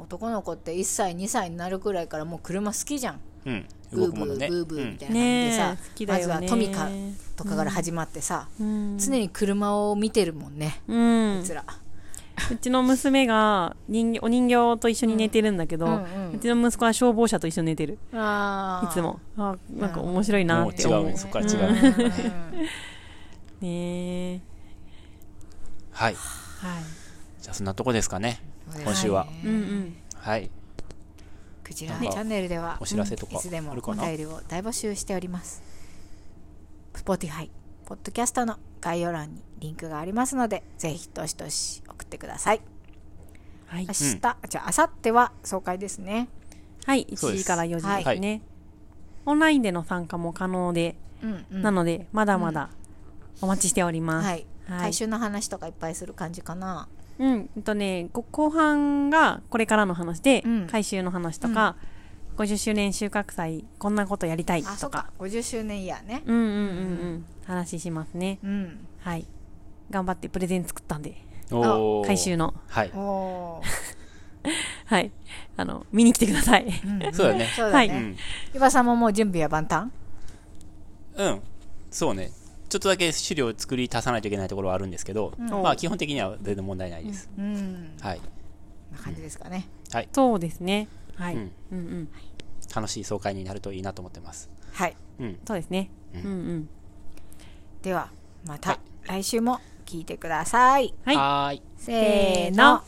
B: 男の子って1歳2歳になるくらいからもう車好きじゃん
C: うん
B: ブー
C: 動く
B: ブ
C: もの
B: ー
C: ね
B: ブーブーみたいな
A: ねえ
B: 感
A: 好
B: じ
A: き
B: でさ、
A: だよね
B: まずはトミカとかから始まってさ、
A: うん
B: 常に車を見てるもんね
A: うん
B: こいつら
A: うちの娘が人形お人形と一緒に寝てるんだけど、う
B: うんうん
A: ちの息子は消防車と一緒に寝てる。
B: あ
A: い
B: ー
A: つも。あなんか面白いな
C: もう
A: って
C: 違
A: 思う。
C: うねそこから違
B: ん
C: うね
A: ねえ。
C: はい
A: はい。
C: じゃあそんなとこですかね
B: うん
C: 今週は
B: そうです
A: う
B: ね
A: んうん。
C: はい
B: クジラ
C: な
B: チ
C: んか
B: ャンネルでは
C: お知らせとか
B: いつでも
C: ある
B: お
C: かな
B: 便りを大募集しております Spotify ポッドキャストの概要欄にリンクがありますのでぜひどしどし送ってください
A: はい
B: 明。日、あじゃあ明後日は総会ですね
A: はい。
C: そう
A: 1
C: で
A: 時
C: す
A: から4時ですね、
C: は
A: オンラインでの参加も可能で、
B: うんうん
A: なので、まだまだお待ちしております。
B: はい、回収の話とかいっぱいする感じかな
A: うん、えっとね、ご後半がこれからの話で、
B: うん
A: 回収の話とか、50周年収穫祭、こんなことやりたいと
B: あ
A: か、
B: そっか50周年イヤーね
A: うんうんうんうん、話しますね。
B: うん
A: はい。頑張ってプレゼン作ったんで、
C: おー
A: 回収の、
C: はい
B: おー
A: はい。あの、見に来てください。
B: んん
C: そうだね
B: そうだね、
A: は
C: う
A: い
C: ん
B: ゆばさんももう準備は万端
C: うん、そうね。ちょっとだけ資料を作り足さないといけないところはあるんですけど、
B: ん
C: まあ基本的には全然問題ないです。
B: うん
C: はい。
B: な感じですかね
C: はい。
A: そうですね。はい。
C: う
A: うんんうん。
C: 楽しい総会になるといいなと思ってます。
B: はい
C: うん。
A: そうですね。
C: う
A: うんんうん。
B: ではま
C: は
B: た来週も聞いてください
A: はい。
C: はーい。
B: せーの